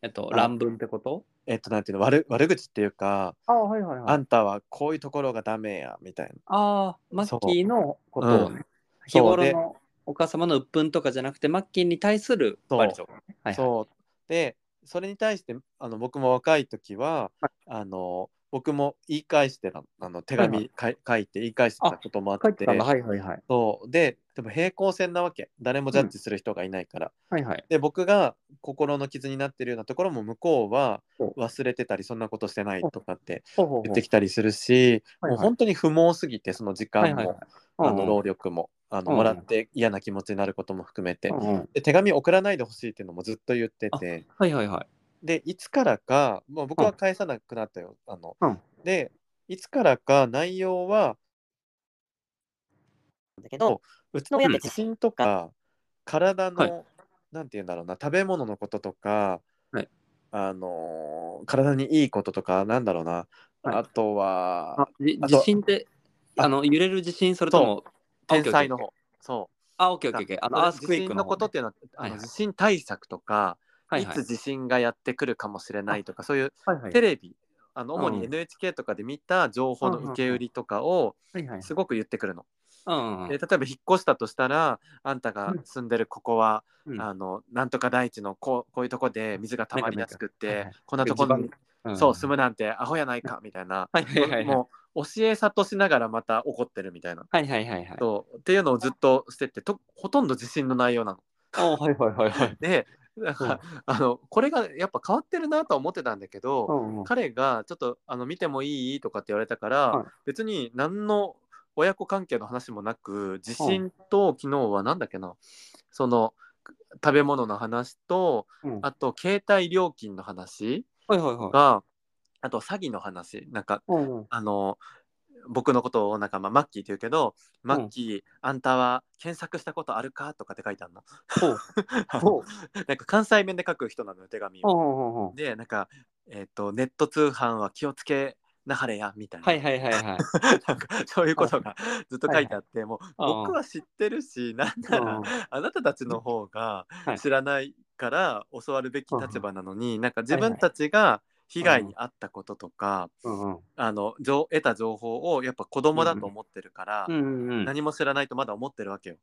えっと、
あ
乱文ってこと
えっとなんていうの悪悪口っていうか、
あ、はいはい
あ
い。
んたはこういうところがダメやみたいな
あー、マッキーのことを
そうう
ね、日
そう
頃
で
のお母様の鬱憤とかじゃなくて、マッキーに対する
そう
割とね。はいはい
そうでそれに対してあの僕も若い時は、
は
あの僕も言い返してたのあの手紙かい書いて言い返してたこともあ
書
っ
いて
て
たんだ。はいはいはい。
そうででも平行線なわけ誰もジャッジする人がいないから、
はいはい。
で僕が心の傷になってるようなところも向こうは
そう
忘れてたりそんなことしてないとかって
ほうほう
言ってきたりするし、
はいはい
もう本当に不毛すぎてその時間も、
はいはいはい
あの労力もあの
うん
もらって嫌な気持ちになることも含めて、
うんうん
で手紙送らないでほしいっていうのもずっと言ってて
はいはいはい。
でいつからかもう僕は返さなくなったよ。あの
うん
でいつからか内容は
だけど、
うちの親って
うん
地震とか体の、
は
なんて言うんだろうな食べ物のこととか、
はい
あのー体にいいこととかなんだろうな、
はい
あとは
あ、じ
あと
地震って、
あ
あの、揺れる地震、それとも、あ
天才の。方そ
オッケー
う
オッケーオッケーあ、オッ
あ
ケーオッケーオッケー。あの、アースクイ
地
ック
震
の
の
方ね
ことっ。ていうのは、あ
はい
の
はい
地震対策とか、
はい
い
はい
つ。地震がやってくるかもしれないとかそういう
はいはい
テレビあの
うん
主に NHK とかで見た情報の受け売りとかを
はいはい
すごく言ってくるの。
うんうん
で例えば引っ越したとしたらあんたが住んでるここは、
うん
あのなんとか大地のこうこういうとこで水が溜まりやすくって、
なんかなん
こんなところに、
うん。
そう住むなんてアホやないかみたいな、
はいはいはいはい。
もう教え諭しながらまた怒ってるみたいな、
はいはいはいはい。
そうっていうのをずっとしてってとほとんど地震の内容なの。
おはいはいはいはい。
でなんか、 あのこれがやっぱ変わってるなとは思ってたんだけど、
うんうん
彼がちょっとあの見てもいいとかって言われたから、
はい
別に何の親子関係の話もなく地震と昨日は何だっけな、その食べ物の話と
うん
あと携帯料金の話
はいはいはい。
が、あと詐欺の話なんか
うんうん
あの僕のことをなんか、まあ、マッキーって言うけど、マッキーあんたは検索したことあるかとかって書いてあるの。
ほう
あの
ほう
なんか関西弁で書く人なのよ手紙を。
ほうほうほう
でなんか、えっとネット通販は気をつけなはれやみたいな,、
はいはいはいはい。
なんかそういうことがずっと書いてあって、もう
うんうん
僕は知ってるしなんな
うん
らあなたたちの方が
はい
知らないから教わるべき立場なのに、なんか自分たちが被害に遭ったこととか、
うんうん
あの情得た情報をやっぱ子供だと思ってるから、
うんうんうん。
何も知らないとまだ思ってるわけよ。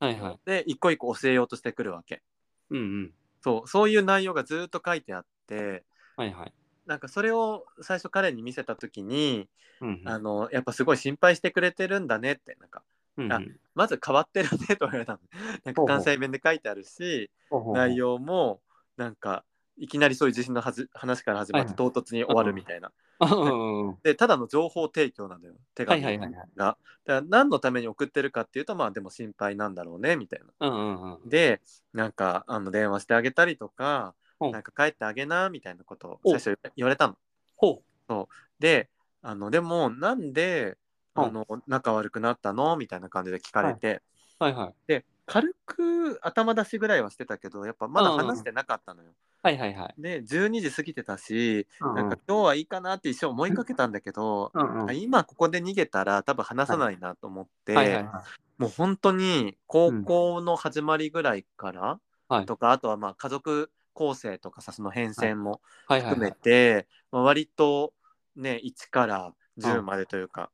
はいはい。
で一個一個教えようとしてくるわけ。
うんうん。
そうそういう内容がずっと書いてあって
はいはい。
なんかそれを最初彼に見せた時に、
うんうん
あのやっぱすごい心配してくれてるんだねってなんか
うんうん
まず変わってるねと言われたのなん
ほ
か
うほ
関
う
西弁で書いてあるし
ほうほうほう
内容もなんかいきなりそういう地震のはず話から始まって
は
唐突に終わるみたいな、
うんうんうん
でただの情報提供なんだよ手
は
紙
い
が、
はいはいはい。
だから何のために送ってるかっていうとまあでも心配なんだろうねみたいな
うんうんうん。
でなんかあの電話してあげたりとか、
うん
なんか帰ってあげなみたいなこと
お
を最初言われたの
ほ
であのでもなんで
うん
あの仲悪くなったのみたいな感じで聞かれて、
う。はいはい。
で軽く頭出しぐらいはしてたけどやっぱまだ話してなかったのよ。
はいはいはい。
で12時過ぎてたし、
うん
なんか今日はいいかなって一瞬思いかけたんだけど、
うんうん。
今ここで逃げたら多分話さないなと思って、
はいはいはい。
もう本当に高校の始まりぐらいから
はい
とか、あとはまあ家族構成とかさその変遷も
はいはい
含
は
め
い。
て、まあ、割とね1から10までというか、
うんうん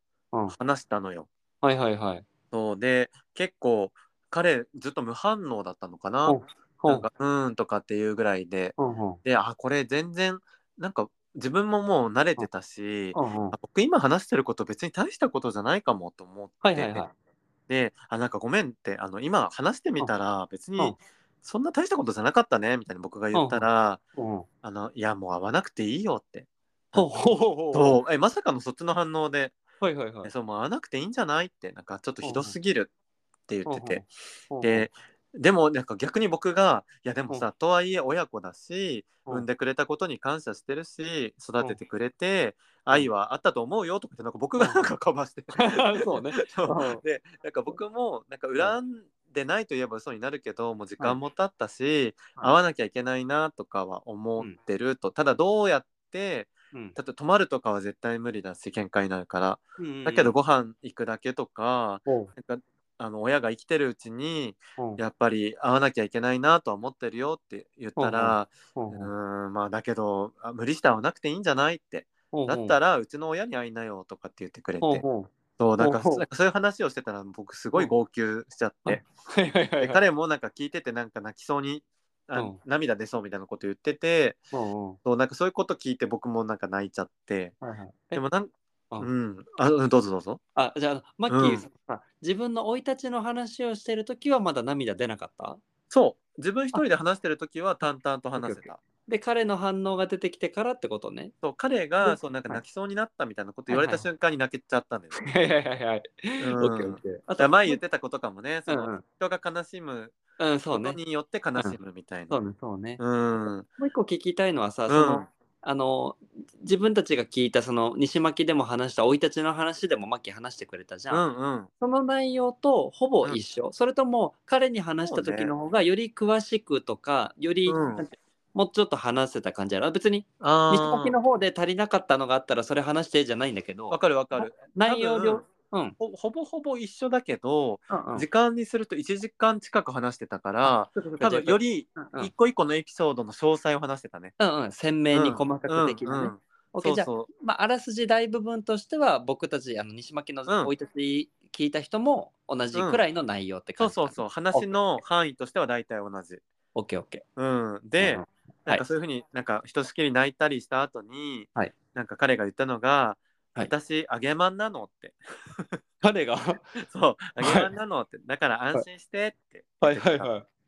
話したのよ。
はいはいはい。
そうで結構彼ずっと無反応だったのかな
おほ
なん
う。
かうーんとかっていうぐらいで
うんうん。
であこれ全然なんか自分ももう慣れてたし
うんうん。
あ僕今話してること別に大したことじゃないかもと思って、
はいはいはい。
であなんかごめんってあの今話してみたら別
うん
にそんな大したことじゃなかったねみたいに僕が言ったら
うん。
あのいやもう会わなくていいよって
ほうほうほうほ
そうえまさかのそっちの反応で
う。はいはいはい
え。そうもう会わなくていいんじゃないってなんかちょっとひどすぎるって言ってて
ほうほう、
ででもなんか逆に僕が「いやでも
う
さとはいえ親子だし
うん
産んでくれたことに感謝してるし育ててくれて愛はあったと思うよ」とかってなんか僕が
うん
なんかかばして
そうね。
そう
うん
でなんか僕もなんか恨んでないといえば嘘になるけどもう時間も経ったし
はい
会わなきゃいけないなとかは思ってるとただどうやって
うん
だって泊まるとかは絶対無理だし喧嘩になるから
うん
だけど、ご飯行くだけとか
ほう
なんかあの親が生きてるうちに
ほう
やっぱり会わなきゃいけないなとは思ってるよって言ったら
ほ
う
うほう
ーんまあだけどあ無理して会わなくていいんじゃないって
ほう
だったらうちの親に会いなよとかって言ってくれ
ほう
て
ほう。
そうなんか
ほうほう
なんかそういう話をしてたら僕すごい号泣しちゃって
はいはいはいはい。
で彼もなんか聞いててなんか泣きそうにあ
うん
涙出そうみたいなこと言ってて
うんうん。
そうなんかそういうこと聞いて僕もなんか泣いちゃって
はいはい。え
でもなん
あ
うんあどうぞどうぞ
あ、じゃあ、マッ
う
キ
ん
ー、さ自分の生い立ちの話をしてるときはまだ涙出なかった
そう自分一人で話してる時は淡々と話せた
で、彼の反応が出てきてからってことね。
そう彼
は
が
い
そうなんか泣きそうになったみたいなこと言われた瞬間に泣けちゃったんだよ ね。
はいはいはいはい。
うん
オッケーオッケー。あ
だから前言ってたことかもね、そ
うんう
の
ん
人が悲しむ
うん、そ
こ
うね
と。によって悲しむみたい
そ
な。
うね、そうね。
うん、
もう一個聞きたいのはさ、
うん
その、あの、自分たちが聞いた、その、西巻でも話した、生い立ちの話でもマッキー話してくれたじゃ。
うんん、うん。
その内容とほぼ一緒、それとも彼に話した時の方がより詳しくとか、より、
うん
なんてもうちょっと話せた感じやろ別に
あ
西
あ
巻、の方で足りなかったのがあったらそれ話してじゃないんだけど
わかるわかる。
内容量
多分
うん
ほほぼほぼ一緒だけど、
うんうん
時間にすると1時間近く話してたから、
そうかそうか
多分より
うんうん
一個一個のエピソードの詳細を話してたね。
うんうん鮮明に細かく的なね。
うんうん
OK
そう
じゃあ,、
そう
まああらすじ大部分としては僕たちあの西巻の
うん
生い立ち聞いた人も同じくらいの内容って
そ
感
う
じか、
そうそう話の範囲としては大体同じ。
オッケーオッケ
うん、
ー。
で、
うん
なんかそういうふうになんかひとしきり泣いたりした後に、
はい
なんか彼が言ったのが「
はい
私あげまんなの」って
彼が
「そうあげまんなの」って、だから安心してって、
はい。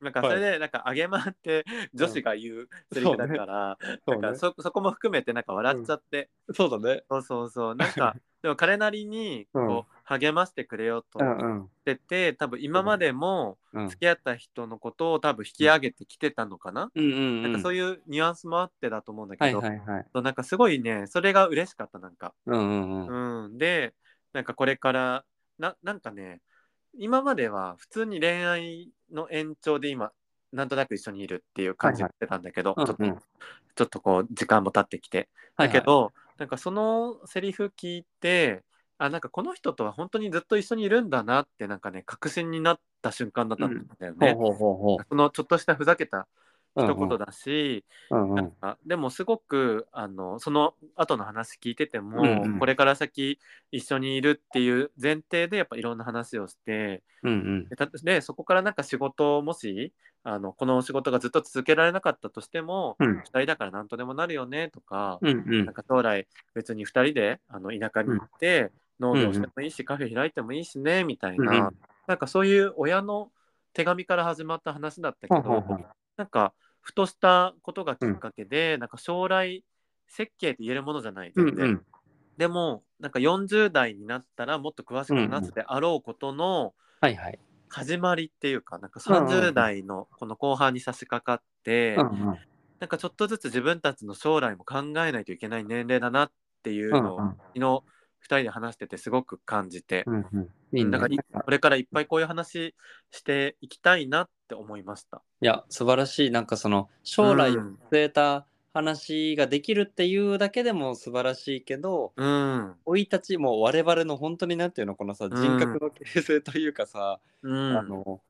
なんかそれでなんか「あげまん」って女子が言うセリフだから、
そう
なん
ね
かそそこも含めてなんか笑っちゃって、
そうだね。
そうそうそうなん かでも彼なりにこう、
うん
励ましてくれようと
う
思っ
ん
てて、多分今までも
うん。
付き合った人のことを多分引き上げてきてたのかな、
うんうんう
なん
ん
かそういうニュアンスもあってだと思うんだけど、
はいはいはい。
そうなんかすごいねそれが嬉しかったなんか、
うんうんうん。
うん、でなんかこれからななんかね今までは普通に恋愛の延長で今なんとなく一緒にいるっていう感じ
は
が
い
してたんだけど、
うん
ちょっと
うん
ちょっとこう時間も経ってきてだけど、なんかそのセリフ聞いてあなんかこの人とは本当にずっと一緒にいるんだなってなんかね確信になった瞬間だったんだよね
はいはい、。ほうほうほうほ
そのちょっとしたふざけた
う。
一言だし、
うんうん。う
なんんかでもすごくあのその後の話聞いてても、
うんうん
これから先一緒にいるっていう前提でやっぱいろんな話をして
うん
でたでそこからなんか仕事をもしあのこの仕事がずっと続けられなかったとしても、
う
二
ん
2人だから何とでもなるよねとか,、
うんうん
なんか将来別に2人であの田舎に行って農業してもいいし、カフェ開いてもいいしねみたいな、
うんうん
なんかそういう親の手紙から始まった話だったけど、
ほうほうほう
なんかふとしたことがきっかけで、なんか将来設計って言えるものじゃない
うん
全然
うん
でもなんか40代になったらもっと詳しく話すであろうことの
はいはい。
始まりっていうかなんか
うんうん
30代のこの後半に差し掛かって、
うんうん
なんかちょっとずつ自分たちの将来も考えないといけない年齢だなっていう
うん
のを、昨日2人で話しててすごく感じて、
うんうん。いいね
なんかいこれからいっぱいこういう話していきたいなって思いました。
いや、素晴らしい。なんかその、将来
う
を
ん
据えた話ができるっていうだけでも素晴らしいけど、
うん、
生い立ちも我々の本当になんていうの、このさ、
ん
人格の形成というかさ、
うん、
あの、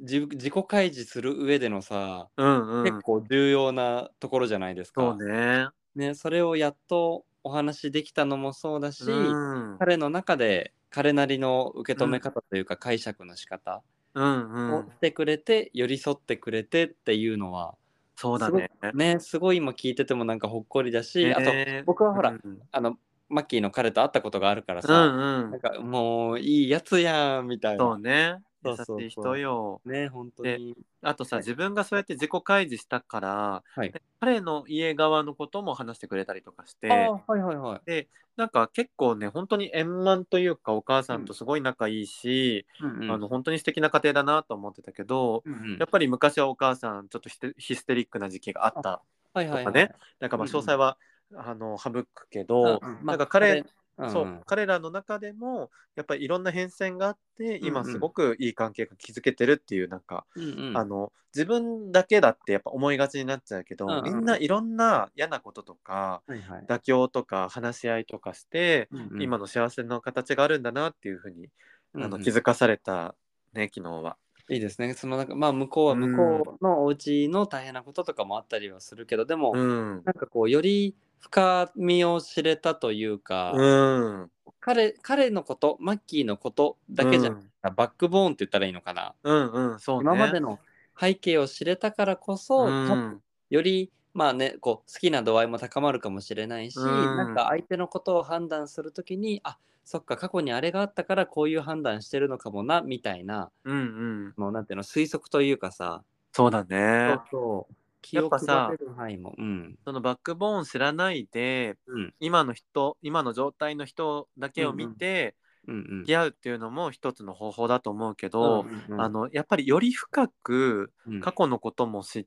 自自己開示する上でのさ、
うんうん
結構重要なところじゃないですか。
そうね。
ね、それをやっとお話できたのもそうだし、
うん、
彼の中で彼なりの受け止め方というか解釈の仕方
うんう
を
ん
し、てくれて、寄り添ってくれてっていうのは
そうだね。
ねすごい今聞いててもなんかほっこりだし、あと
えー
僕はほら、
うん
あのマッキーの彼と会ったことがあるから
う
さ、
んう
なん
ん、
かもういいやつやんみたい
そう
な
ね。
そ
優
うそうそう
しい人よ。
ね本当に
あとさ、
はい
自分がそうやって自己開示したから、
はい
彼の家側のことも話してくれたりとかし
あ
て、
あはいはいはい、
なんか結構ね、本当に円満というか、お母さんとすごい仲いいし、
うんうん
あの本当に素敵な家庭だなと思ってたけど、
うんうん
やっぱり昔はお母さん、ちょっとヒステヒステリックな時期があった。
はいはい
と
は
か
い
ねなんかまあ
うん
詳
うん
細は、あの省くけ
う
ど、
んうん
なんか彼、
まあ
そう、
んん
彼らの中でもやっぱりいろんな変遷があって
う
今
んうん
すごくいい関係が築けてるっていうなんか、
うんうん
あの自分だけだってやっぱ思いがちになっちゃうけど、
うんうん
みんないろんな嫌なこととか
はいはい
妥協とか話し合いとかして、
うんうん
今の幸せの形があるんだなっていうふうに、あ
うんう
の
ん
気づかされたね昨日は。
いいですね。そのなんかまあ向こうは向こうのお家の大変なこととかもあったりはするけど、でも、
うん、
なんかこうより深みを知れたというか、
うん、
彼彼のことマッキーのことだけじゃなくて、バックボーンって言ったらいいのかな、
うんうんそうね。
今までの背景を知れたからこそ、
うん
よりまあねこう好きな度合いも高まるかもしれないし、
うん
なんか相手のことを判断するときにあそっか過去にあれがあったからこういう判断してるのかもなみたいな
うんうん
もうなんていうの推測というかさ
そうだね
そう記
やっぱ
憶
さ
が出る範囲もうん
そのバックボーン知らないで
うん
今の人今の状態の人だけを見て
うんうん
付き合うっていうのも一つの方法だと思うけど、
うんうん
あのやっぱりより深く
うん
過去のことも知って、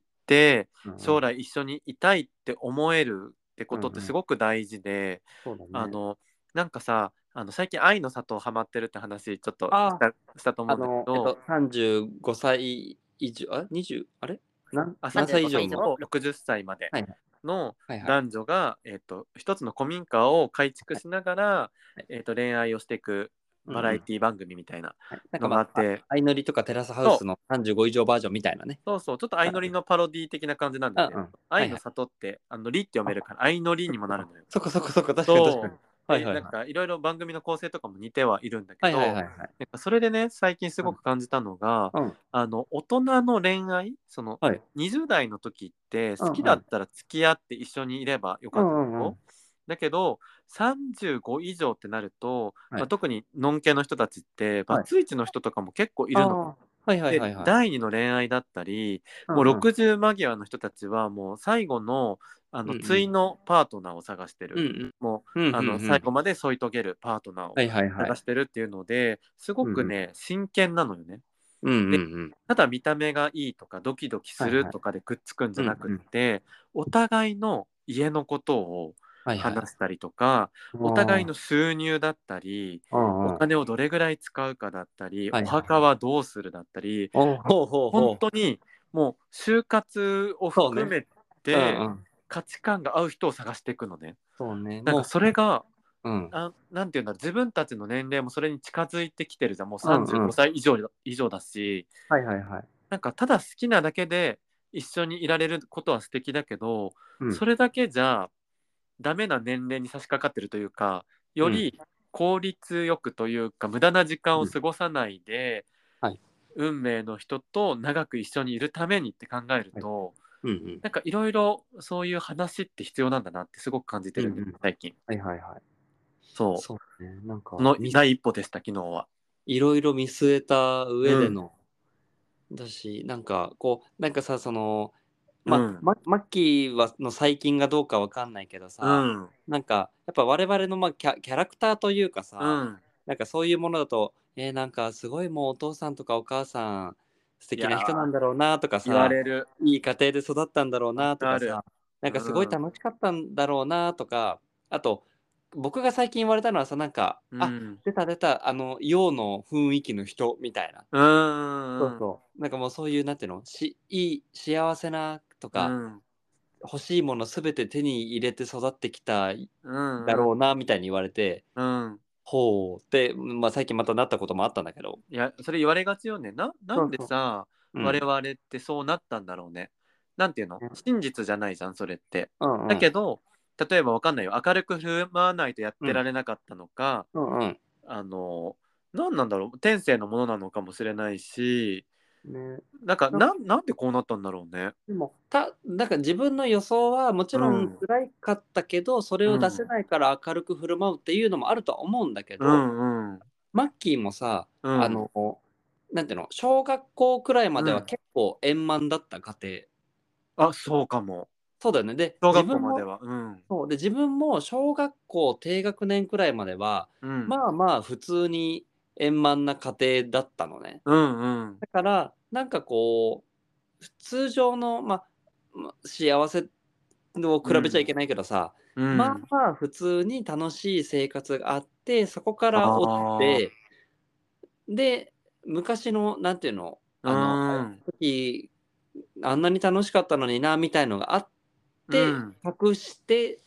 うん
将来一緒にいたいって思えるってことっ
うんう
て
ん
すごく大事で、
そうだね
あのなんかさあの最近「愛の里」ハマってるって話ちょっと
あ
したしたと思
あ
うんだ
の、
け
えっ
ど
と、35歳以上、あ ?20? あれなん
あ
何歳以上
35
も
の60歳まで
はい
の
はいはい。
男女が、えっと一つの古民家を改築しながら、えっと恋愛をしていくバラエティ番組みたいな
はいなんか
の
ま
があ
あ
って、、
相乗りとかテラスハウスの35以上バージョンみたいなね。
そうそうちょっと相乗りのパロディ的な感じなんだよね。
うんうん
愛の里って、あの「り」って読めるから相乗りにもなるのよ。
そこそこそこ、確かに
そう
確かに。はいはい
で
はい
なん。かいろいろ番組の構成とかも似てはいるんだけ
はい
ど、
はいはいはい。
なんかそれでね最近すごく感じたのが、
うん
あの大人の恋愛その、
はい
20代の時って好きだったら付き合って一緒にいればよかったの、
うんうんうん
だけど35以上ってなると、
はい
まあ、特にのんけの人たちって
はい
バツイチの人とかも結構い
い
るの。
はいはい
で
はいはい。
第二の恋愛だったり、もう60間際の人たちはもう最後のあ
う
の
んうん
対のパートナーを探してる、
うんうん
もう
うんうんうん
あの最後まで添い遂げるパートナーを
はいはいはい
探。してるっていうので、すごくね、真剣なのよね
うんうんうん。
ただ見た目がいいとかドキドキするとかでくっつくんじゃなくって、お互いの家のことを
はいはい。
話したりとか、お互いの収入だったり、
うんうん
お金をどれぐらい使うかだったり、
はいはい
お墓はどうするだったり、
おうほうほうほう
本。当にもう就活を含めて、
うんうん
価値観が合う人を探していくのね。
そうね。
なん
もう
か、それが
うん。
あなんていうんだろう自分たちの年齢もそれに近づいてきてるじゃんもう
うんうん
35歳以上,、以上だし
はいはいはい。
なんかただ好きなだけで一緒にいられることは素敵だけど、
うん
それだけじゃダメな年齢に差し掛かってるというかより効率よくというか無駄な時間を過ごさないで、
うんはい
運命の人と長く一緒にいるためにって考えると、
うんうん。
なんかいろいろそういう話って必要なんだなってすごく感じてるんだよ
うんうん
最近。
はいはいはい。
そう
そうね。なんか、
この
み
第一歩でした昨日は。
いろいろ見据えた上での、だしなんかこうなんかさそのま,、
うん
まマッキーはの最近がどうかわかんないけどさ、
うん
なんかやっぱ我々の、まあ、キャキャラクターというかさ、
うん、
なんかそういうものだとえー、なんかすごいもうお父さんとかお母さん素敵な人なんだろうなとか
言わ
さ
れる。
いい家庭で育ったんだろうなとか
ある
さなんかすごい楽しかったんだろうなとか、あと僕が最近言われたのはさなんか、
う
あ
ん。
出た出たあの洋の雰囲気の人みたいな、
うん。
そうなんかもうそういうなんていうのしいい幸せなとか、
うん
欲しいもの全て手に入れて育ってきた
うん。
だろうなみたいに言われて、
う。うん。
ほうって、まあ、最近またなったこともあったんだけど、
いや、それ言われがちよね。な、なんでさ、
うん
我々ってそうなったんだろうね。なんていうの
うん
真実じゃないじゃん、それって。
うんうん、
だけど、例えばわかんないよ。明るく振る舞わないとやってられなかったのか、
うんうん
あの、何なんだろう天性のものなのかもしれないし、
ね、
なんか、
うん
なんなんでこうなったんだろうね。
でもたなんか自分の予想はもちろ
うんん
辛かったけど、それを出せないから明るく振る舞うっていうのもあるとは思うんだけど、
うんうん。
マッキーもさ、
うん
あ、のなんていうの小学校くらいまでは結構円満だった家庭、
あ、そうかも。
そうだよねで
小
自
学校
分
まで
も
は。うん。
そうで自分も小学校低学年くらいまでは、
うん。
まあまあ普通に円満な家庭だったのね
うんうん。
だからなんかこう通常の、まあまあ、幸せを比べちゃいけないけどさ、
うん、
まあまあ普通に楽しい生活があってそこから落ちてで昔のなんていうのあの、
うん
時あんなに楽しかったのになみたいのがあって、
うん
隠して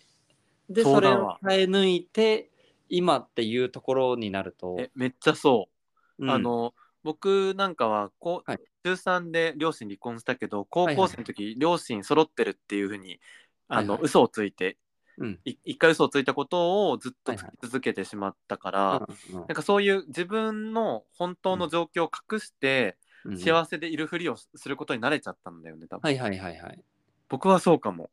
で
そ
そう
だ
れ
わ
を変え抜いて今っていうところになると
え、めっちゃそう、
うん
あの僕なんかはこう、
はい
中3で両親離婚したけど高校生の時、両親揃ってるっていうふうにあの、
はいはい
嘘をついて
うん
い一回嘘をついたことをずっと
はい
つ
はい
き続けてしまったから、
うんう
な
ん
んかそういう自分の本当の状況を隠して、
うん
幸せでいるふりをすることに慣れちゃったんだよね多分、
はいはいはいはい。
僕はそうかも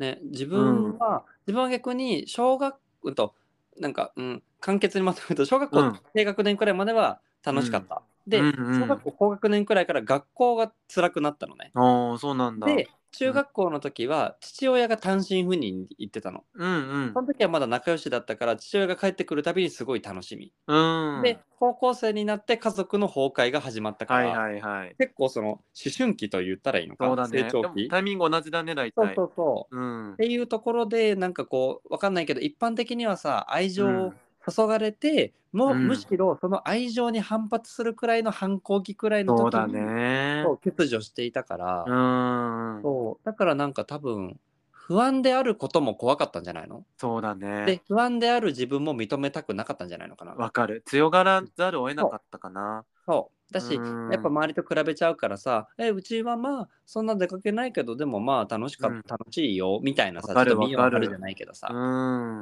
ね、自分は、自分は逆に小学うんとなんか、うん、簡潔にまとめると小学校
うん
低学年くらいまでは楽しかった、で、
うんうん
小学校高学年くらいから学校が辛くなったのね
ああそうなんだ
で中学校の時は父親が単身赴任に行ってたの
うんうん
その時はまだ仲良しだったから父親が帰ってくるたびにすごい楽しみ、
うん
で高校生になって家族の崩壊が始まったか
はい
ら、
はいはい
結構その思春期と言ったらいいのか
そうだね
成長
で
期
もタイミング同じだね大
そう
体
そうそう
うん
っていうところでなんかこうわかんないけど一般的にはさ愛情
う
を
ん
注がれて、もう
うん
むしろその愛情に反発するくらいの反抗期くらいの時
そ
に
うだね
そう欠如していたから、
うん
そうだからなんか多分不安であることも怖かったんじゃないの、
そうだ
で
ね
不安である自分も認めたくなかったんじゃないのかな。
わかる強がらざるを得なかったかな
そうだし、
うん
やっぱ周りと比べちゃうからさえうちはまあそんな出かけないけどでもまあ楽しか、
うん
楽しいよみたいなさ
わか
ち
る
ょっと見ようあ
わかる
るじゃないけどさ、
う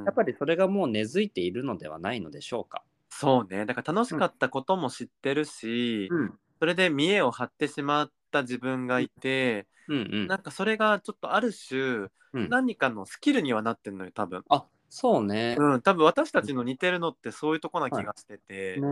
ん
やっぱりそれがもう根付いているのではないのでしょうか。
そうねだから楽しかったことも知ってるし、
うん。
それで見栄を張ってしまった自分がいて、
うん
なんかそれがちょっとある種、
うん。
何かのスキルにはなってんのよ多分。
あ、そうね。
うん、多分私たちの似てるのってそういうとこな気がしてて、
ね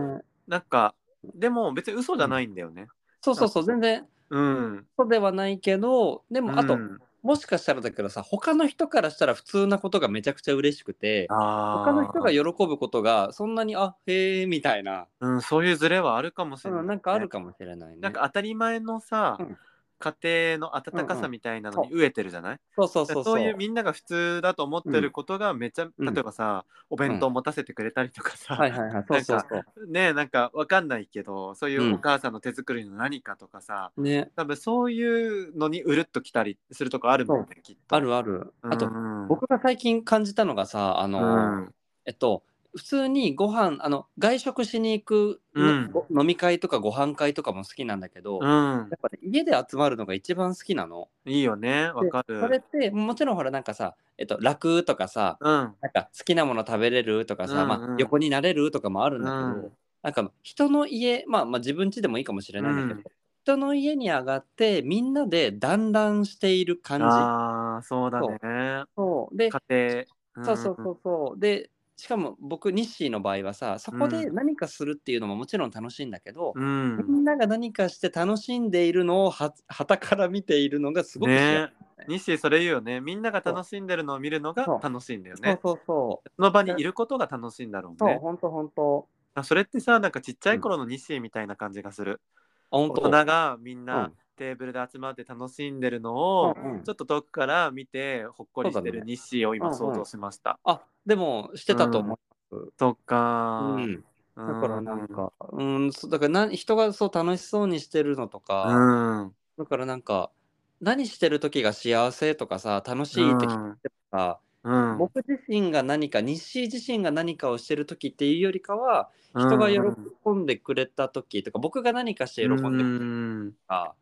なんかでも別に嘘じゃないんだよね。
そうそうそう、全然。
うん。
そうではないけど、でも、あと、
うん
もしかしたらだけどさ、他の人からしたら普通なことがめちゃくちゃ嬉しくて、
あー
他の人が喜ぶことがそんなに、あ、へえ、みたいな、
うん、そういうズレはあるかもしれない、
うんなんかあるかもしれないね。
なんか当たり前のさ、
うん
家庭の温かさみたいなのに飢えてるじゃない、
そうそうそ
そう
うそう。
いうみんなが普通だと思ってることがめちゃ、
うん
例えばさお弁当持たせてくれたりとかさ、
はいはいはい、そうそうそう。
ねなんかわかんないけどそうい
ん
うお母さんの手作りの何かとかさ、
ね、
多分そういうのにうるっときたりするとこあるもんねきっと。
あるある。あ
う
と、
ん
僕が最近感じたのがさ、あ
う
の、
ん
えっと、普通にご飯あの外食しに行く、ね
うん
ご飲み会とかご飯会とかも好きなんだけど、やっ
うん、
ぱね、家で集まるのが一番好きなの。
いいよねわか
それっ
る。
てもちろんほらなんかさ、えっと、楽とかさ
うん
なんか好きなもの食べれるとかさ、
うんうん
まあ、横になれるとかもあるんだけど、
うん
なんか人の家、まあ、まあ自分家でもいいかもしれないんだけど、
うん
人の家に上がってみんなで団らんしている感じ。
ああそうだね
そうで
家庭
そうそうそうそう。で、しかも僕、日誌の場合はさ、そこで
う
何かするっていうのももちろん楽しいんだけど、
うん、うん
みんなが何かして楽しんでいるのをは たから見ているのがすごく幸せ、
ねニッシーそれ言うよねみんなが楽しんでるのを見るのが
そう
楽しいんだよ
そう
ね
そうそう。
その場にいることが楽しいんだろう
そう、
ね
ほんとほんと。
あそれってさなんかちっちゃい頃のニッシーみたいな感じがする、
あ、ほん
大
と。
人がみん
う
なんテーブルで集まって楽しんでるのを、
うんうん
ちょっと遠くから見てほっこりして
そうだ
る
ね
ニッシーを
うん
今
うん
想像しました、
あ、でも、してたと思う。
そっか
う
ー
ん、だからなんか、うん、そうだからな人がそう楽しそうにしてるのと
う
か、
ん、うん
だからなんか、何してる時が幸せとかさ、楽しいって聞いてたら、
うん
僕自身が何か日誌自身が何かをしてる時っていうよりかは人が喜んでくれた時とか、僕が何かして喜んでくれ
う
た
ん
とか、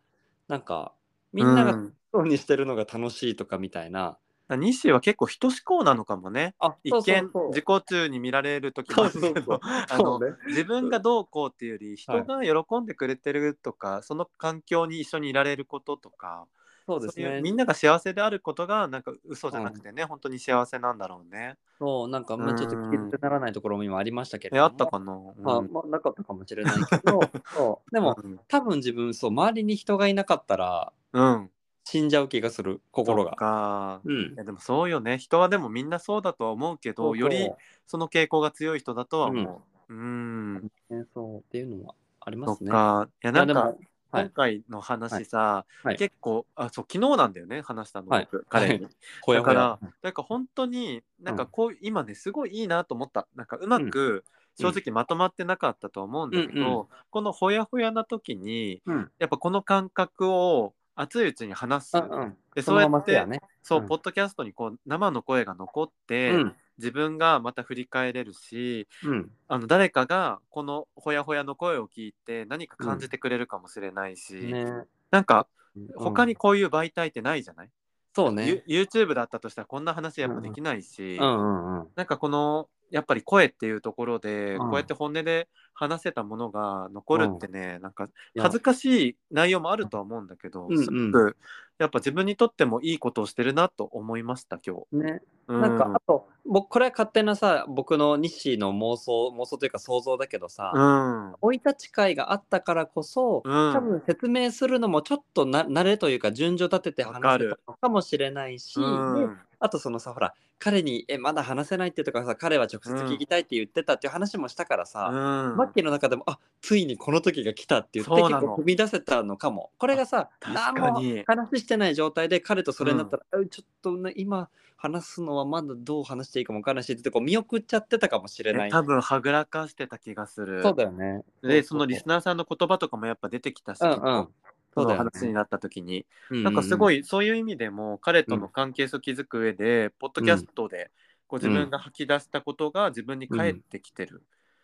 なんかみんなが
う
楽しそうにしてるのが楽しいとかみたいな、
ニッシーは結構人志向なのかもね
あ
一見
そう
自己中に見られる時も
そ
あ
う
る
そう
け
そ
ど
う
あ
そう
の
そうね
自分がどうこうっていうより人が喜んでくれてるとか、その環境に一緒にいられることとか
そうです
そうい
ね
うみんなが幸せであることがなんか嘘じゃなくてね、本当に幸せなんだろうね。
そうなんかまあちょっと気ってならないところも今ありましたけれ
え
ども
あったかな、
まあ
うん
まあなかったかもしれないけど そうでも
うん
多分自分そう周りに人がいなかったら
うん、
死んじゃう気がする心
そっ
が。
か
うん
い、やでもそうよね人はでもみんなそうだとは思うけど
そうそう
よりその傾向が強い人だとは思う。うん、
ねそうっていうのはあり
そ
ま
っ
すね。
かいや
いや
なん
で
か
もはい
今回の話さ、
いはい
結構あそう昨日なんだよね話したの、
はい
僕彼に、
ほやほ
だか
や
らなんか本当になんかこう、今ねすごいいいなと思ったなんかうまく正直まとまってなかったと思うんだけど、
うんうんう
このほやほやな時に
うん
やっぱこの感覚を熱いうちに話す、
うんう
で
ん、そのまま
そう
せ
や
や
って
ね。
そう、
うん
ポッドキャストにこう生の声が残って、
うん
自分がまた振り返れるし
うん
あの誰かがこのほやほやの声を聞いて何か感じてくれるかもしれないし、
ね、
なんか
う
他
ん
にこういう媒体ってないじゃない、
そうね。
ユ YouTube だったとしたらこんな話やっぱできないし、
うんうんうん。
なんかこのやっぱり声っていうところで、
う
こ
ん
うやって本音で話せたものが残るってね、なんか恥ずかしい内容もあるとは思うんだけど、
うんうん
すごくやっぱ自分にとってもいいことをしてるなと思いました今日。
ね、
う
なんかあと僕これは勝手なさ僕の日誌の妄想妄想というか想像だけどさ、
うん、
生い立ち会があったからこそ、
うん
多分説明するのもちょっとな慣れというか順序立てて
わか
話せ
る
たのかもしれないし、
う
で
ん
あとそのさほら彼に「えまだ話せない」ってとかさ彼は直接聞きたいって言ってたっていう話もしたからさ、
うん
マッキーの中でもあついにこの時が来たって言って
そう
結
なの
構踏み出せたのかもこれがさ
あ
何
確か
も
に
話してない状態で彼とそれになったら、えちょっと、ね、今話すのはまだどう話していいかも分からないしってこう見送っちゃってたかもしれな
ね
い
多分はぐらかしてた気がする。
そうだよね
でそのリスナーさんの言葉とかもやっぱ出てきたし、
うんうん
その
そうだよね
話になった時に、
う
なんかすご
い、
いそういう意味でも彼との関係性を築く上で、ポッドキャストでこう自分が吐き出したことが自分に返ってきてる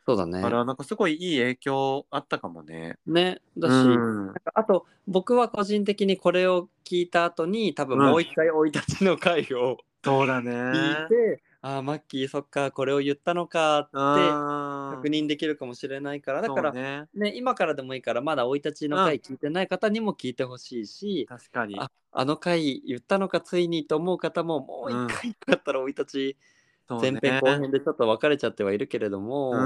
そうだ
か
ね
ら、なんかすごいいい影響あったかもね。
ねだし、
うん
なんかあと僕は個人的にこれを聞いた後に多分もう一回生い立ちの回を
そうだ
聞い
ね
て、。ああマッキーそっかこれを言ったのかって
確
確認できるかもしれないからだから、ね
ね、
今からでもいいからまだ生い立ちの回聞いてない方にも聞いてほしいし、
確かに。
あの回言ったのかついにと思う方ももう一回よかったら生い立ち
そうね
前編後編でちょっと別れちゃってはいるけれども、
うん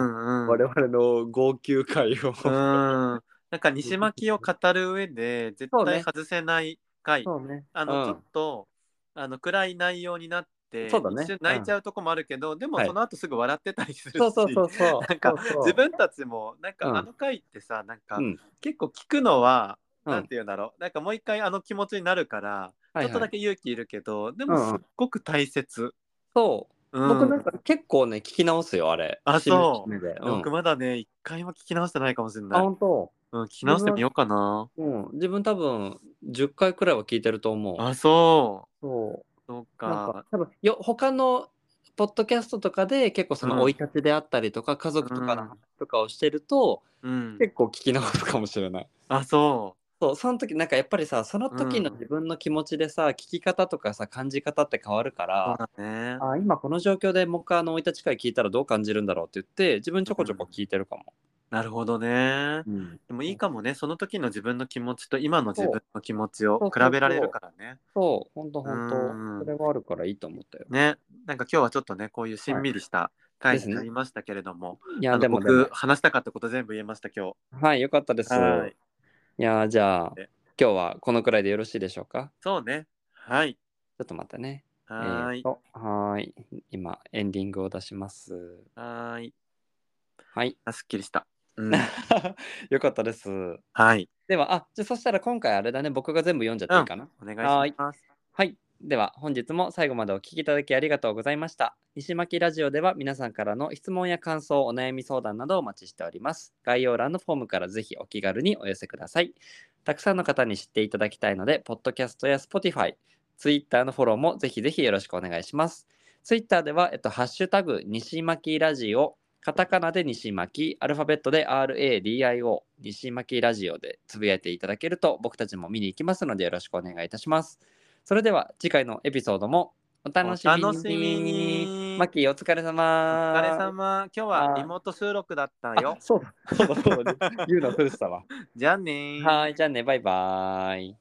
うん
我々の号泣回を、
うんなんか西巻を語る上で絶
そう
対
ね
外せない回、
そうね
あの、
うん
ちょっとあの暗い内容になって
そうだね
一瞬泣いちゃうとこもあるけど、でも
はい
その後すぐ笑ってたりするし、
そうそうそうそう
なんか
そうそう
自分たちもなん
う
か
ん
あの回ってさ、なんか
うん
結構聞くのは、
うん
なんて言うんだろうなんかもう一回あの気持ちになるから、
はいはい
ちょっとだけ勇気いるけどで
うんう
も
ん
すっごく大切、
そう、
うん
僕なんか結構ね聞き直すよあれ
あそう
締めで、うん
僕まだね一回も聞き直してないかもしれ
あ
ない、
本当
うん、聞き直してみようかな
うん自分多分10回くらいは聞いてると思う
あそう
そう
そう
なん
か
か多分よ他のポッドキャストとかで結構そ
うん
の生い立ちであったりとか、家族と
う
かの
ん
話とかをしてると、
うん
結構聞き直すかもしれない。
あそ
そうその時なんかやっぱりさその時の
うん
自分の気持ちでさ、聞き方とかさ感じ方って変わるか
うそう
ら、
だね
あ今この状況でもう一回あの生い立ち会聞いたらどう感じるんだろうって言って自分ちょこちょこ聞いてるかも。
なるほどね
うん
でもいいかもね、その時の自分の気持ちと今の自分の気持ちを
そう
比べられるからね。
そうほんとほんと
うん
それはあるからいいと思ったよ。
ね、なんか今日はちょっとね、こういうしんみりした回になりましたけれども、
い
あ
や
の
でもで
僕
も、
話したかったこと全部言えました、今
はいよかったです。
日。はい
い、やじゃあ
で
今日はこのくらいでよろしいでしょうか
そうね。はい。
ちょっと待ってね。
はー
えー
い。
とはーい。今、エンディングを出します。
はーい。
はい。
あ、すっきりした。 うん、
よかったです。
はい。
では、あ、じゃあそしたら今回あれだね、僕が全部読んじゃっていいかな。
お願いします。
はい。では、本日も最後までお聞きいただきありがとうございました。西巻ラジオでは皆さんからの質問や感想、お悩み相談などをお待ちしております。概要欄のフォームからぜひお気軽にお寄せください。たくさんの方に知っていただきたいので、ポッドキャストや Spotify、Twitter のフォローもぜひぜひよろしくお願いします。Twitter では、えっと、ハッシュタグ、西巻ラジオ、カタカナで西巻、アルファベットで RADIO、西巻ラジオでつぶやいていただけると、僕たちも見に行きますのでよろしくお願いいたします。それでは次回のエピソードもお楽しみに。
お楽しみに
マッキーお疲れ
お
様。
疲れ様。今日はリモート収録だったよ
あ。そうだ、そうだ、そうだ。言うの忘れてたわ。
じゃあねー。
はい、じゃあね、バイバーイ。